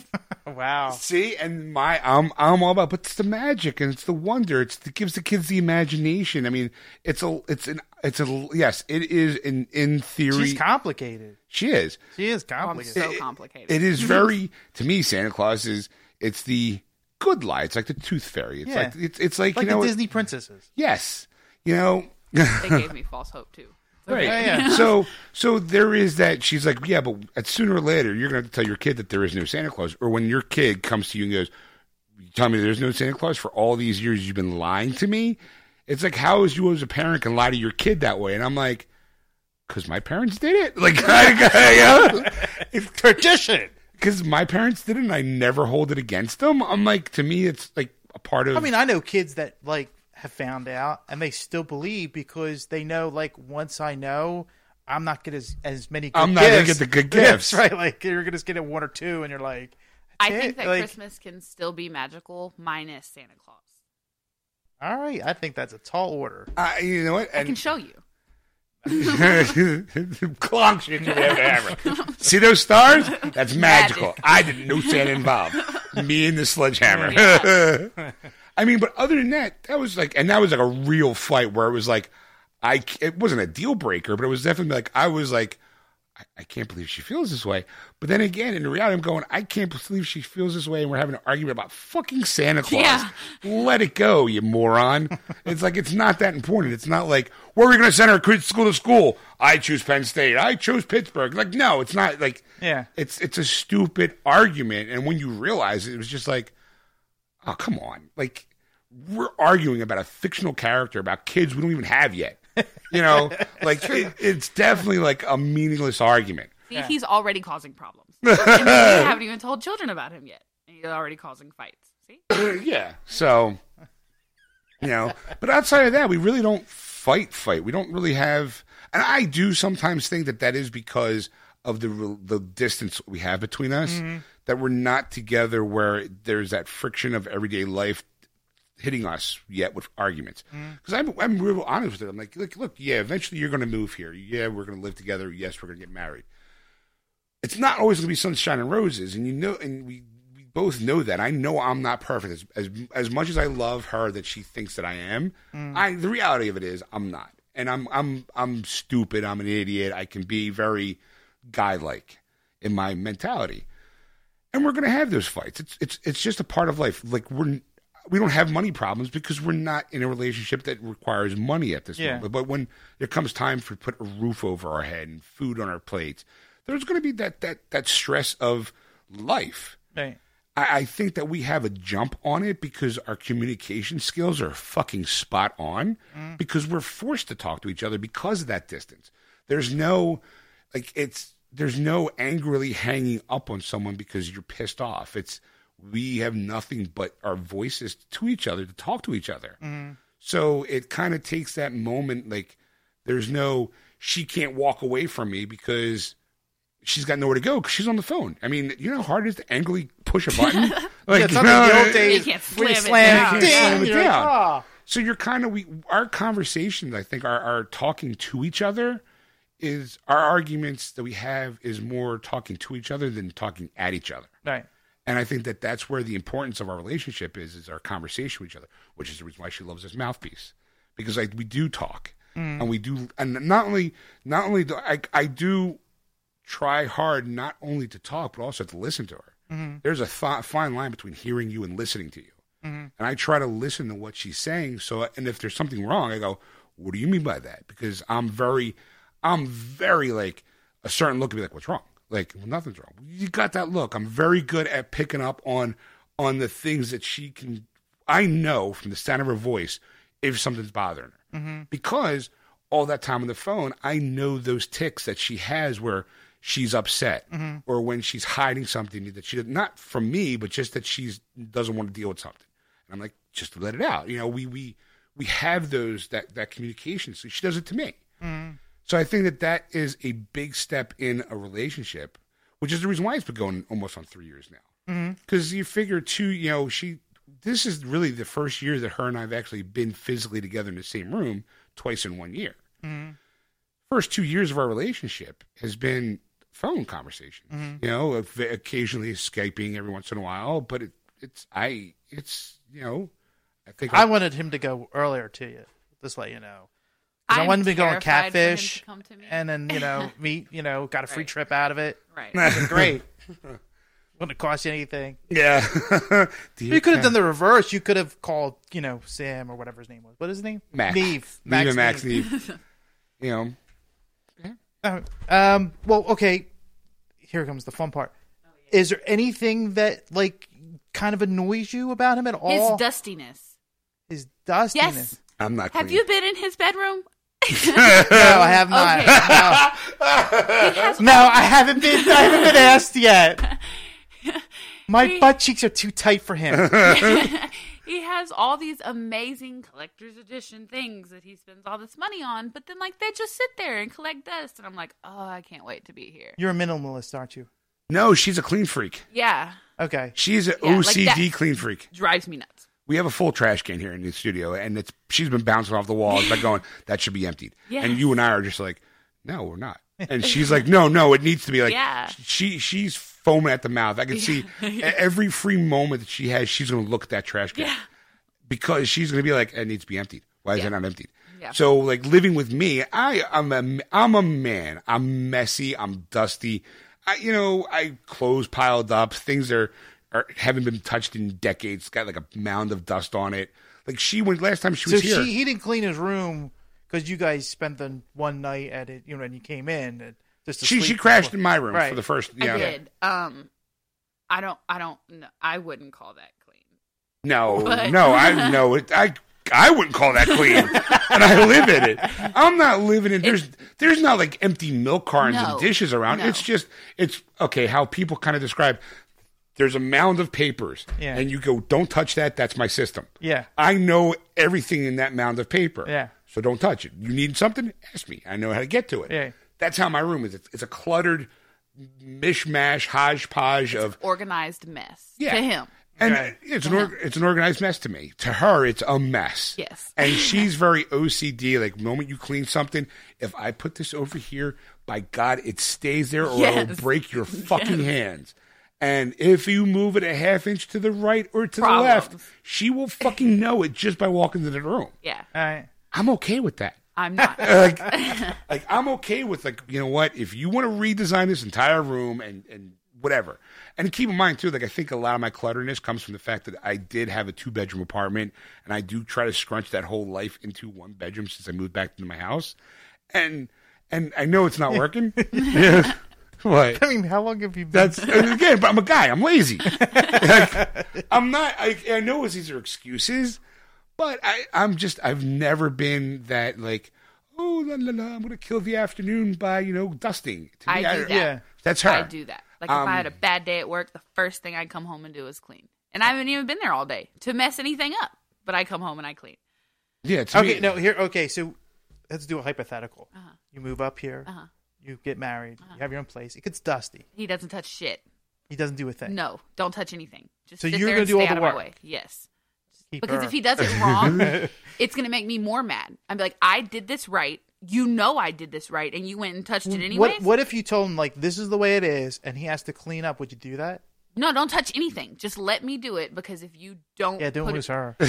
B: Wow.
C: See, and my I'm I'm all about, but it's the magic and it's the wonder. It's it gives the kids the imagination. I mean, it's a it's an it's a yes, it is in in theory
B: She's complicated.
C: she is.
B: She is
D: Oh, I'm
B: complicated.
D: so complicated.
C: It
B: Mm-hmm.
C: is very to me. Santa Claus is it's the good lie. It's like the tooth fairy. It's
B: Yeah.
C: like it's it's like,
B: like
C: you know
B: the
C: what-
B: Disney princesses.
C: yes, you know.
D: they gave me false hope too.
C: Right.
B: Yeah, yeah.
C: So, so there is that. She's like, yeah, but at sooner or later, you're going to have to tell your kid that there is no Santa Claus. Or when your kid comes to you and goes, you tell me there's no Santa Claus for all these years you've been lying to me. It's like, how is you as a parent can lie to your kid that way? And I'm like, because my parents did it. Like, it's
B: Tradition.
C: because my parents did it and I never hold it against them. I'm like, to me, it's like a part of.
B: I mean, I know kids that like have found out and they still believe because they know like once I know, I'm not get as as many. Good
C: I'm not
B: gifts.
C: gonna get the good
B: That's
C: gifts.
B: right? Like you're gonna just get one or two, and you're like,
D: I
B: "That's
D: think
B: it."
D: that
B: Like,
D: Christmas can still be magical minus Santa Claus.
B: All right, I think that's a tall order.
C: I- you know what?
D: I can
C: And
D: show you.
C: clonk shit you have hammer. See those stars? That's magical.
D: Magic.
C: I didn't know Santa involved. Me and the sledgehammer. I mean, but other than that, that was like, and that was like a real fight where it was like, I c- it wasn't a deal breaker, but it was definitely like I was like, I, I can't believe she feels this way. But then again, in reality, I'm going, I can't believe she feels this way, and we're having an argument about fucking Santa Claus.
D: Yeah.
C: Let it go, you moron. it's like it's not that important. It's not like where are we going to send our kids school to school? I choose Penn State. I chose Pittsburgh. Like no, it's not like
B: Yeah.
C: It's it's a stupid argument, and when you realize it, it was just like, oh come on, like we're arguing about a fictional character about kids we don't even have yet. You know, like it, it's definitely like a meaningless argument.
D: See, he's already causing problems. and we haven't even told children about him yet. And he's already causing fights. See?
C: yeah. So, you know, but outside of that, we really don't fight. Fight. We don't really have. And I do sometimes think that that is because of the re- the distance we have between us that we're not together where there's that friction of everyday life hitting us yet with arguments because I'm I'm real honest with it. I'm like, look, look, yeah, eventually you're going to move here. Yeah, we're going to live together. Yes, we're going to get married it's not always going to be sunshine and roses, and you know, and we, we both know that. I know I'm not perfect as as as much as I love her that she thinks that I am. I the reality of it is I'm not, and I'm I'm I'm stupid. I'm an idiot. I can be very guy like in my mentality, and we're going to have those fights. It's it's it's just a part of life. Like we're. We don't have money problems because we're not in a relationship that requires money at this
B: Yeah.
C: moment. But when there comes time for put a roof over our head and food on our plates, there's going to be that that that stress of life.
B: Right.
C: I, I think that we have a jump on it because our communication skills are fucking spot on because we're forced to talk to each other because of that distance. There's no like it's there's no angrily hanging up on someone because you're pissed off. It's we have nothing but our voices to each other to talk to each other. So it kind of takes that moment like there's no she can't walk away from me because she's got nowhere to go because she's on the phone. I mean, you know how hard it is to angrily push a button? Like,
B: Yeah, it's not like the
C: no,
B: old days
D: You can't
B: where you
D: slam
B: slam
D: it
C: down. You
B: it down.
C: can't slam it
B: You're like,
C: down.
B: "Ah."
C: So you're kind of we our conversations I think are are talking to each other is our arguments that we have is more talking to each other than talking at each other.
B: Right.
C: And I think that that's where the importance of our relationship is is our conversation with each other, which is the reason why she loves this mouthpiece because like we do talk and we do and not only not only do I I do try hard not only to talk but also to listen to her. There's a th- fine line between hearing you and listening to you. And I try to listen to what she's saying. So, and if there's something wrong, I go, "What do you mean by that?" Because I'm very, I'm very like a certain look at me, like, "What's wrong?" Like, well, nothing's wrong. You got that look. I'm very good at picking up on on the things that she can. I know from the sound of her voice if something's bothering her because all that time on the phone, I know those ticks that she has where she's upset or when she's hiding something that she did not from me, but just that she's doesn't want to deal with something. And I'm like, just let it out. You know, we we we have those that that communication. So she does it to me. So I think that that is a big step in a relationship, which is the reason why it's been going almost on three years
B: Mm-hmm.
C: now. Because you figure two, you know, she. This is really the first year that her and I've actually been physically together in the same room twice in one year.
B: Mm-hmm.
C: First two years of our relationship has been phone conversations.
B: Mm-hmm.
C: You know, of- occasionally skyping every once in a while, but it, it's I it's you know, I think
B: I wanted him to go earlier to you. Just let you know. 'Cause I
D: I'm
B: wanted him to go on
D: terrified for him to
B: catfish,
D: come to me.
B: and then you know meet. You know, got a free
D: Right.
B: trip out of it.
D: Right.
B: Great. Wouldn't have cost you anything.
C: yeah.
B: You could have done the reverse. You could have called, you know, Sam or whatever his name was. What is his name?
C: Max.
B: Neve.
C: Max, Neve and Max
B: Neve.
C: Neve. you know.
B: Uh, Um. Well, okay. Here comes the fun part.
D: Oh,
B: Is there anything that like kind of annoys you about him at
D: His
B: all?
D: dustiness.
B: his dustiness.
D: Yes.
C: I'm not.
D: Have
C: clean.
D: you been in his bedroom?
B: No, I have not. No. no, I haven't been. I haven't been asked yet. My butt cheeks are too tight for him.
D: he has all these amazing collector's edition things that he spends all this money on, but then like they just sit there and collect dust, and I'm like, oh, I can't wait to be here.
B: You're a minimalist, aren't you?
C: No, she's a clean freak.
D: Yeah,
B: Okay.
C: She's an
D: Yeah, like
C: OCD
D: that.
C: clean freak.
D: drives me nuts.
C: We have a full trash can here in the studio, and it's she's been bouncing off the walls, like going, "That should be emptied."
D: Yes.
C: And you and I are just like, "No, we're not." And she's like, "No, no, it needs to be like."
D: Yeah.
C: She she's foaming at the mouth. I can see e- every free moment that she has, she's gonna look at that trash can.
D: Yeah.
C: because she's going to be like, it needs to be emptied. Why is it not emptied?
D: Yeah.
C: So like living with me, I I'm a I'm a man. I'm messy. I'm dusty. I you know I clothes piled up. Things are, are haven't been touched in decades. Got like a mound of dust on it. Like she when last time she
B: So
C: was here.
B: she, he didn't clean his room because you guys spent the one night at it. You know, and you came in and just to
C: she,
B: sleep
C: she crashed
B: before-
C: in my room
B: Right.
C: for the first
D: I
C: yeah
D: did. Um, I don't. I don't. No, I wouldn't call that clean.
C: no
D: But-
C: no I no it I I wouldn't call that clean and I live in it I'm not living in there's there's not like empty milk cartons
D: No.
C: and dishes around
D: No.
C: it's just it's okay how people kind of describe there's a mound of papers
B: Yeah.
C: and you go don't touch that that's my system
B: Yeah.
C: I know everything in that mound of paper
B: Yeah.
C: so don't touch it you need something ask me I know how to get to it
B: Yeah.
C: that's how my room is it's, it's a cluttered mishmash hodgepodge of
D: Organized mess.
C: Yeah.
D: To him.
C: and
B: Right.
C: it's an org it's an organized mess to me. To her, it's a mess.
D: Yes.
C: And she's very OCD. Like moment you clean something, if I put this over here, by God, it stays there, or it'll
D: Yes.
C: break your fucking hands. And if you move it a half inch to the right or to
D: Problems.
C: the left, she will fucking know it just by walking into the room.
D: Yeah.
B: All right.
C: I'm okay with that.
D: I'm not.
C: Like, like I'm okay with like you know what if you want to redesign this entire room and and whatever. And keep in mind too, like I think a lot of my clutterness comes from the fact that I did have a two bedroom apartment, and I do try to scrunch that whole life into one bedroom since I moved back to my house, and and I know it's not working. Yeah. What?
B: I mean, how long have you been?
C: That's and again, but I'm a guy. I'm lazy. Like, I'm not. I, I know these are excuses, but I, I'm just. I've never been that like. Oh la la la! I'm gonna kill the afternoon by you know dusting. To
D: I do that.
B: Yeah.
C: That's her.
D: I do that. Like if
C: Um,
D: I had a bad day at work, the first thing I come home and do is clean. And I haven't even been there all day to mess anything up. But I come home and I clean.
C: Yeah. To
B: okay.
C: me-
D: Uh-huh.
B: No, here. Okay, so let's do a hypothetical. You move up here. You get married. You have your own place. It gets dusty.
D: He doesn't touch shit.
B: He doesn't do a thing.
D: No, don't touch anything. Just
B: So
D: sit
B: you're
D: there
B: gonna
D: and
B: do all
D: stay
B: the
D: out
B: work.
D: of my way. Yes.
B: Keep
D: Because
B: her.
D: if he does it wrong, it's going to make me more mad. I'm like, I did this right. You know I did this right, and you went and touched it anyway.
B: What, what if you told him like this is the way it is, and he has to clean up? Would you do that?
D: No, don't touch anything. Just let me do it because if you don't,
B: Yeah, don't
D: put
B: lose
D: it,
B: her.
D: Yeah,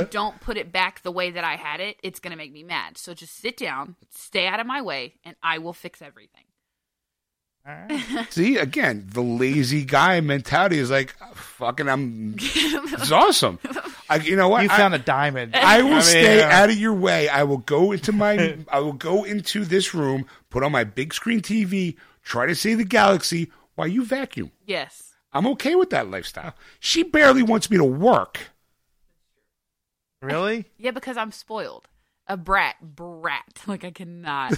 D: you don't put it back the way that I had it, it's going to make me mad. So just sit down, stay out of my way, and I will fix everything.
B: All right.
C: See, again, the lazy guy mentality is like, fucking, I'm. It's awesome. I, you know what?
B: You
C: I-
B: found a diamond.
C: I will
B: mean,
C: stay
B: uh,
C: out of your way. I will go into my I will go into this room, put on my big screen TV, try to see the galaxy while you vacuum.
D: Yes.
C: I'm okay with that lifestyle. She barely wants me to work.
B: Really?
D: Yeah, because I'm spoiled. A brat, brat. Like I cannot,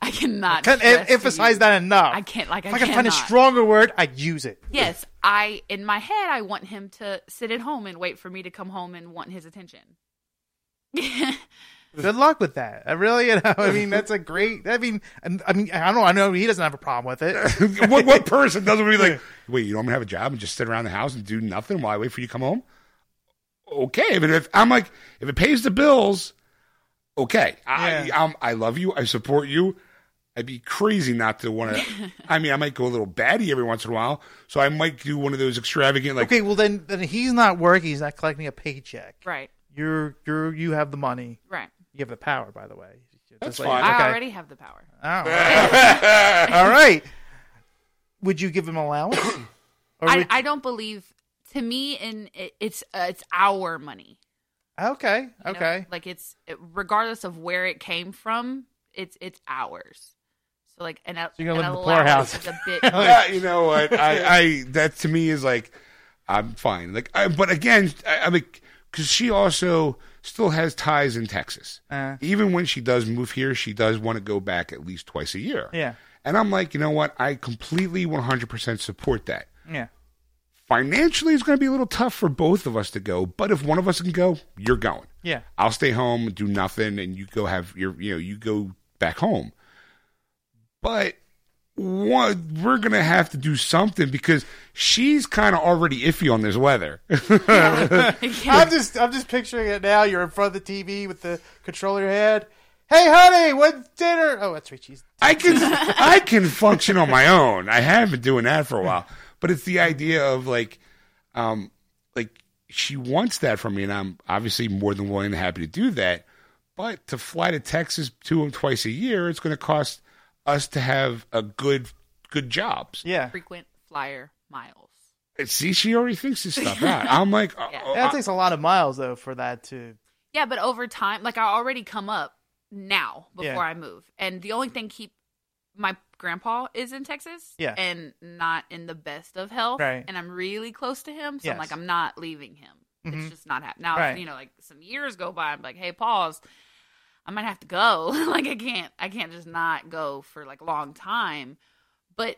D: I cannot.
B: Can't
D: stress
B: em-
D: to
B: emphasize
D: you-
B: that enough.
D: I can't. Like
B: If
D: I,
B: I could find a
D: cannot.
B: stronger word, I'd use it.
D: Yes, I in my head I want him to sit at home and wait for me to come home and want his attention.
B: Good luck with that. I really, you know, I mean, that's a great. I mean, and- I mean, I don't. I know he doesn't have a problem with it.
C: what, what person doesn't be like, wait, you don't have a job and just sit around the house and do nothing while I wait for you to come home? Okay. But if I'm like, if it pays the bills, okay. I,
B: Yeah.
C: I'm, I love you. I support you. I'd be crazy not to want to. I mean, I might go a little batty every once in a while. So I might do one of those extravagant, like,
B: Okay, well then, then he's not working. He's not collecting a paycheck.
D: right,
B: You're, you're, you have the money.
D: right.
B: You have the power, by the way.
C: That's
B: Just let you-
C: fine.
B: okay.
D: I already have the power.
B: Oh. All right. Would you give him allowance? Or
D: I,
B: would-
D: I don't believe. To me, and it, it's uh, it's our money.
B: okay.
D: you know?
B: Okay.
D: like it's it- regardless of where it came from, it's it's ours. So like an so
B: you're gonna live in the poorhouse.
D: is a bit.
C: Yeah, "Ah, you know what? I, I that to me is like I'm fine. Like, I, but again, I, I'm like because she also still has ties in Texas.
B: Uh.
C: Even when she does move here, she does want to go back at least twice a year.
B: Yeah.
C: And I'm like, you know what? I completely 100% support that.
B: Yeah.
C: Financially, it's going to be a little tough for both of us to go. But if one of us can go, you're going.
B: Yeah.
C: I'll stay home, do nothing, and you go have your, you know, you go back home. But what, we're gonna have to do something because she's kind of already iffy on this weather.
B: I'm just I'm just picturing it now. You're in front of the TV with the controller in your hand. Hey, honey, what's dinner? Oh, that's right. She's
C: I can, I can function on my own. I have been doing that for a while, but it's the idea of like, um, like she wants that from me, and I'm obviously more than willing and happy to do that. But to fly to Texas two and twice a year, it's gonna cost us to have a good, good jobs.
B: yeah.
D: frequent flyer miles.
C: See, she already thinks this stuff out. I'm like,
D: Yeah.
C: oh,
B: That takes a lot of miles though for that to.
D: Yeah, but over time, like I already come up now before
B: Yeah.
D: I move, and the only thing keep my grandpa is in Texas,
B: Yeah.
D: and not in the best of health,
B: Right.
D: And I'm really close to him, so I'm
B: Yes.
D: like, I'm not leaving him.
B: Mhm.
D: It's just not happening. Now,
B: Right.
D: you know, like some years go by, I'm like, hey, pause. I might have to go. like I can't, I can't just not go for like a long time. But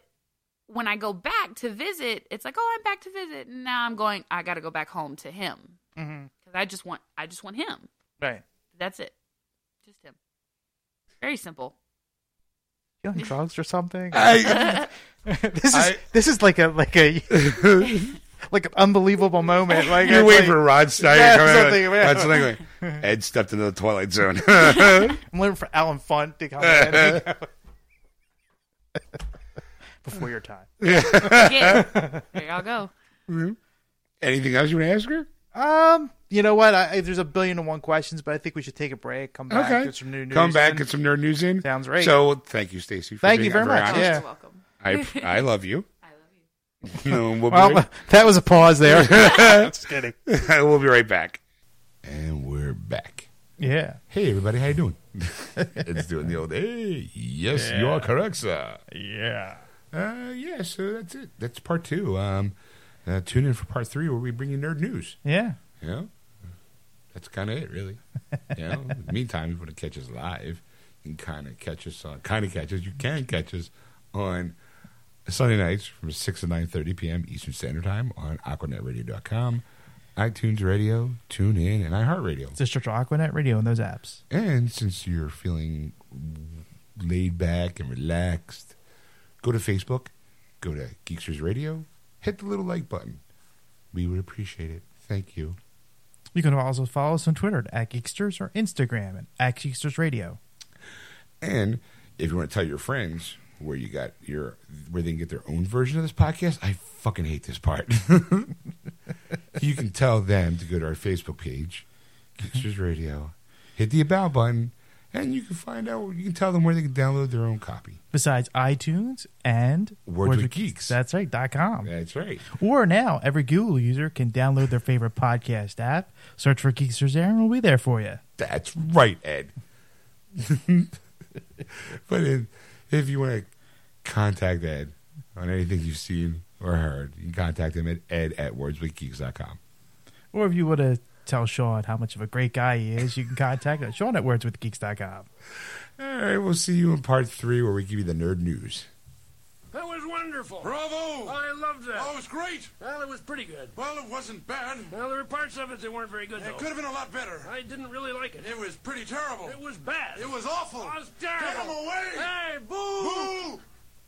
D: when I go back to visit, it's like, oh, I'm back to visit. And now I'm going. I got to go back home to him
B: hmm
D: because I just want, I just want him.
B: Right.
D: That's it. Just him. Very simple.
B: You on drugs or something?
C: I,
B: this is
C: I-
B: this is like a like a like an unbelievable moment. Like
C: you're
B: it's
C: waiting
B: like-
C: for Rod Steiger.
B: Yeah,
C: to come in,
B: something,
C: like,
B: yeah.
C: that's the thing, like, Ed stepped into the twilight zone.
B: I'm waiting for Alan Funt to come in before your time.
D: Yeah. there y'all go.
C: Anything else you want to ask her?
B: Um, you know what? I, I- there's a billion and one questions, but I think we should take a break. Come back,
C: Okay,
B: get some new news.
C: come back,
B: and-
C: get some nerd news in.
B: Sounds right.
C: So, thank you, Stacy. for
B: Thank you
C: being
B: very much,
D: Oh,
C: honest.
B: yeah.
D: You're welcome.
C: I, I love you.
D: I love you.
C: Um, we'll, be
B: well,
C: right,
B: that was a pause there. Just kidding.
C: we'll be right back.
A: And we're back.
B: Yeah.
A: Hey, everybody, how you doing? it's doing the old, hey, yes, you are correct, sir.
B: Yeah.
A: Uh, yeah, so that's it. That's part two. Um, uh, tune in for part three where we bring you nerd news.
B: Yeah.
A: You know, that's kind of it, really. You know, in the meantime, if you want to catch us live, you can kind of catch us on kind of catch us. You can catch us on Sunday nights from six to nine thirty p.m. Eastern Standard Time on AquanetRadio.com, iTunes Radio, TuneIn, and iHeartRadio.
B: District Aquanet Radio and those apps.
A: And since you're feeling
C: laid back and relaxed, go to Facebook, go to Geeksters Radio, hit the little like button. We would appreciate it. Thank you.
B: You can also follow us on Twitter at Geeksters or Instagram at Geeksters Radio.
C: And if you want to tell your friends where you got your where they can get their own version of this podcast, I fucking hate this part. you can tell them to go to our Facebook page, Geeksters Radio, hit the about button, and you can find out. You can tell them where they can download their own copy.
B: Besides iTunes and
C: Words with Geeks.
B: That's right, dot com.
C: That's right.
B: Or now, every Google user can download their favorite podcast app, search for Geeksters Air, and we'll be there for you.
C: That's right, Ed. but if, if you want to contact Ed on anything you've seen or heard, you can contact him at ed at wordswithgeeks.com.
B: Or if you want to tell Sean how much of a great guy he is, you can contact us, Sean at wordswithgeeks.com.
C: All right, we'll see you in part three where we give you the nerd news.
E: That was wonderful.
F: Bravo!
E: I loved that.
F: Oh, it was great.
E: Well, it was pretty good.
F: Well, it wasn't bad.
E: Well, there were parts of it that weren't very good,
F: It
E: though.
F: could have been a lot better.
E: I didn't really like it.
F: It was pretty terrible.
E: It was bad.
F: It was awful.
E: It was terrible.
F: Get him away!
E: Hey, boo!
F: Boo!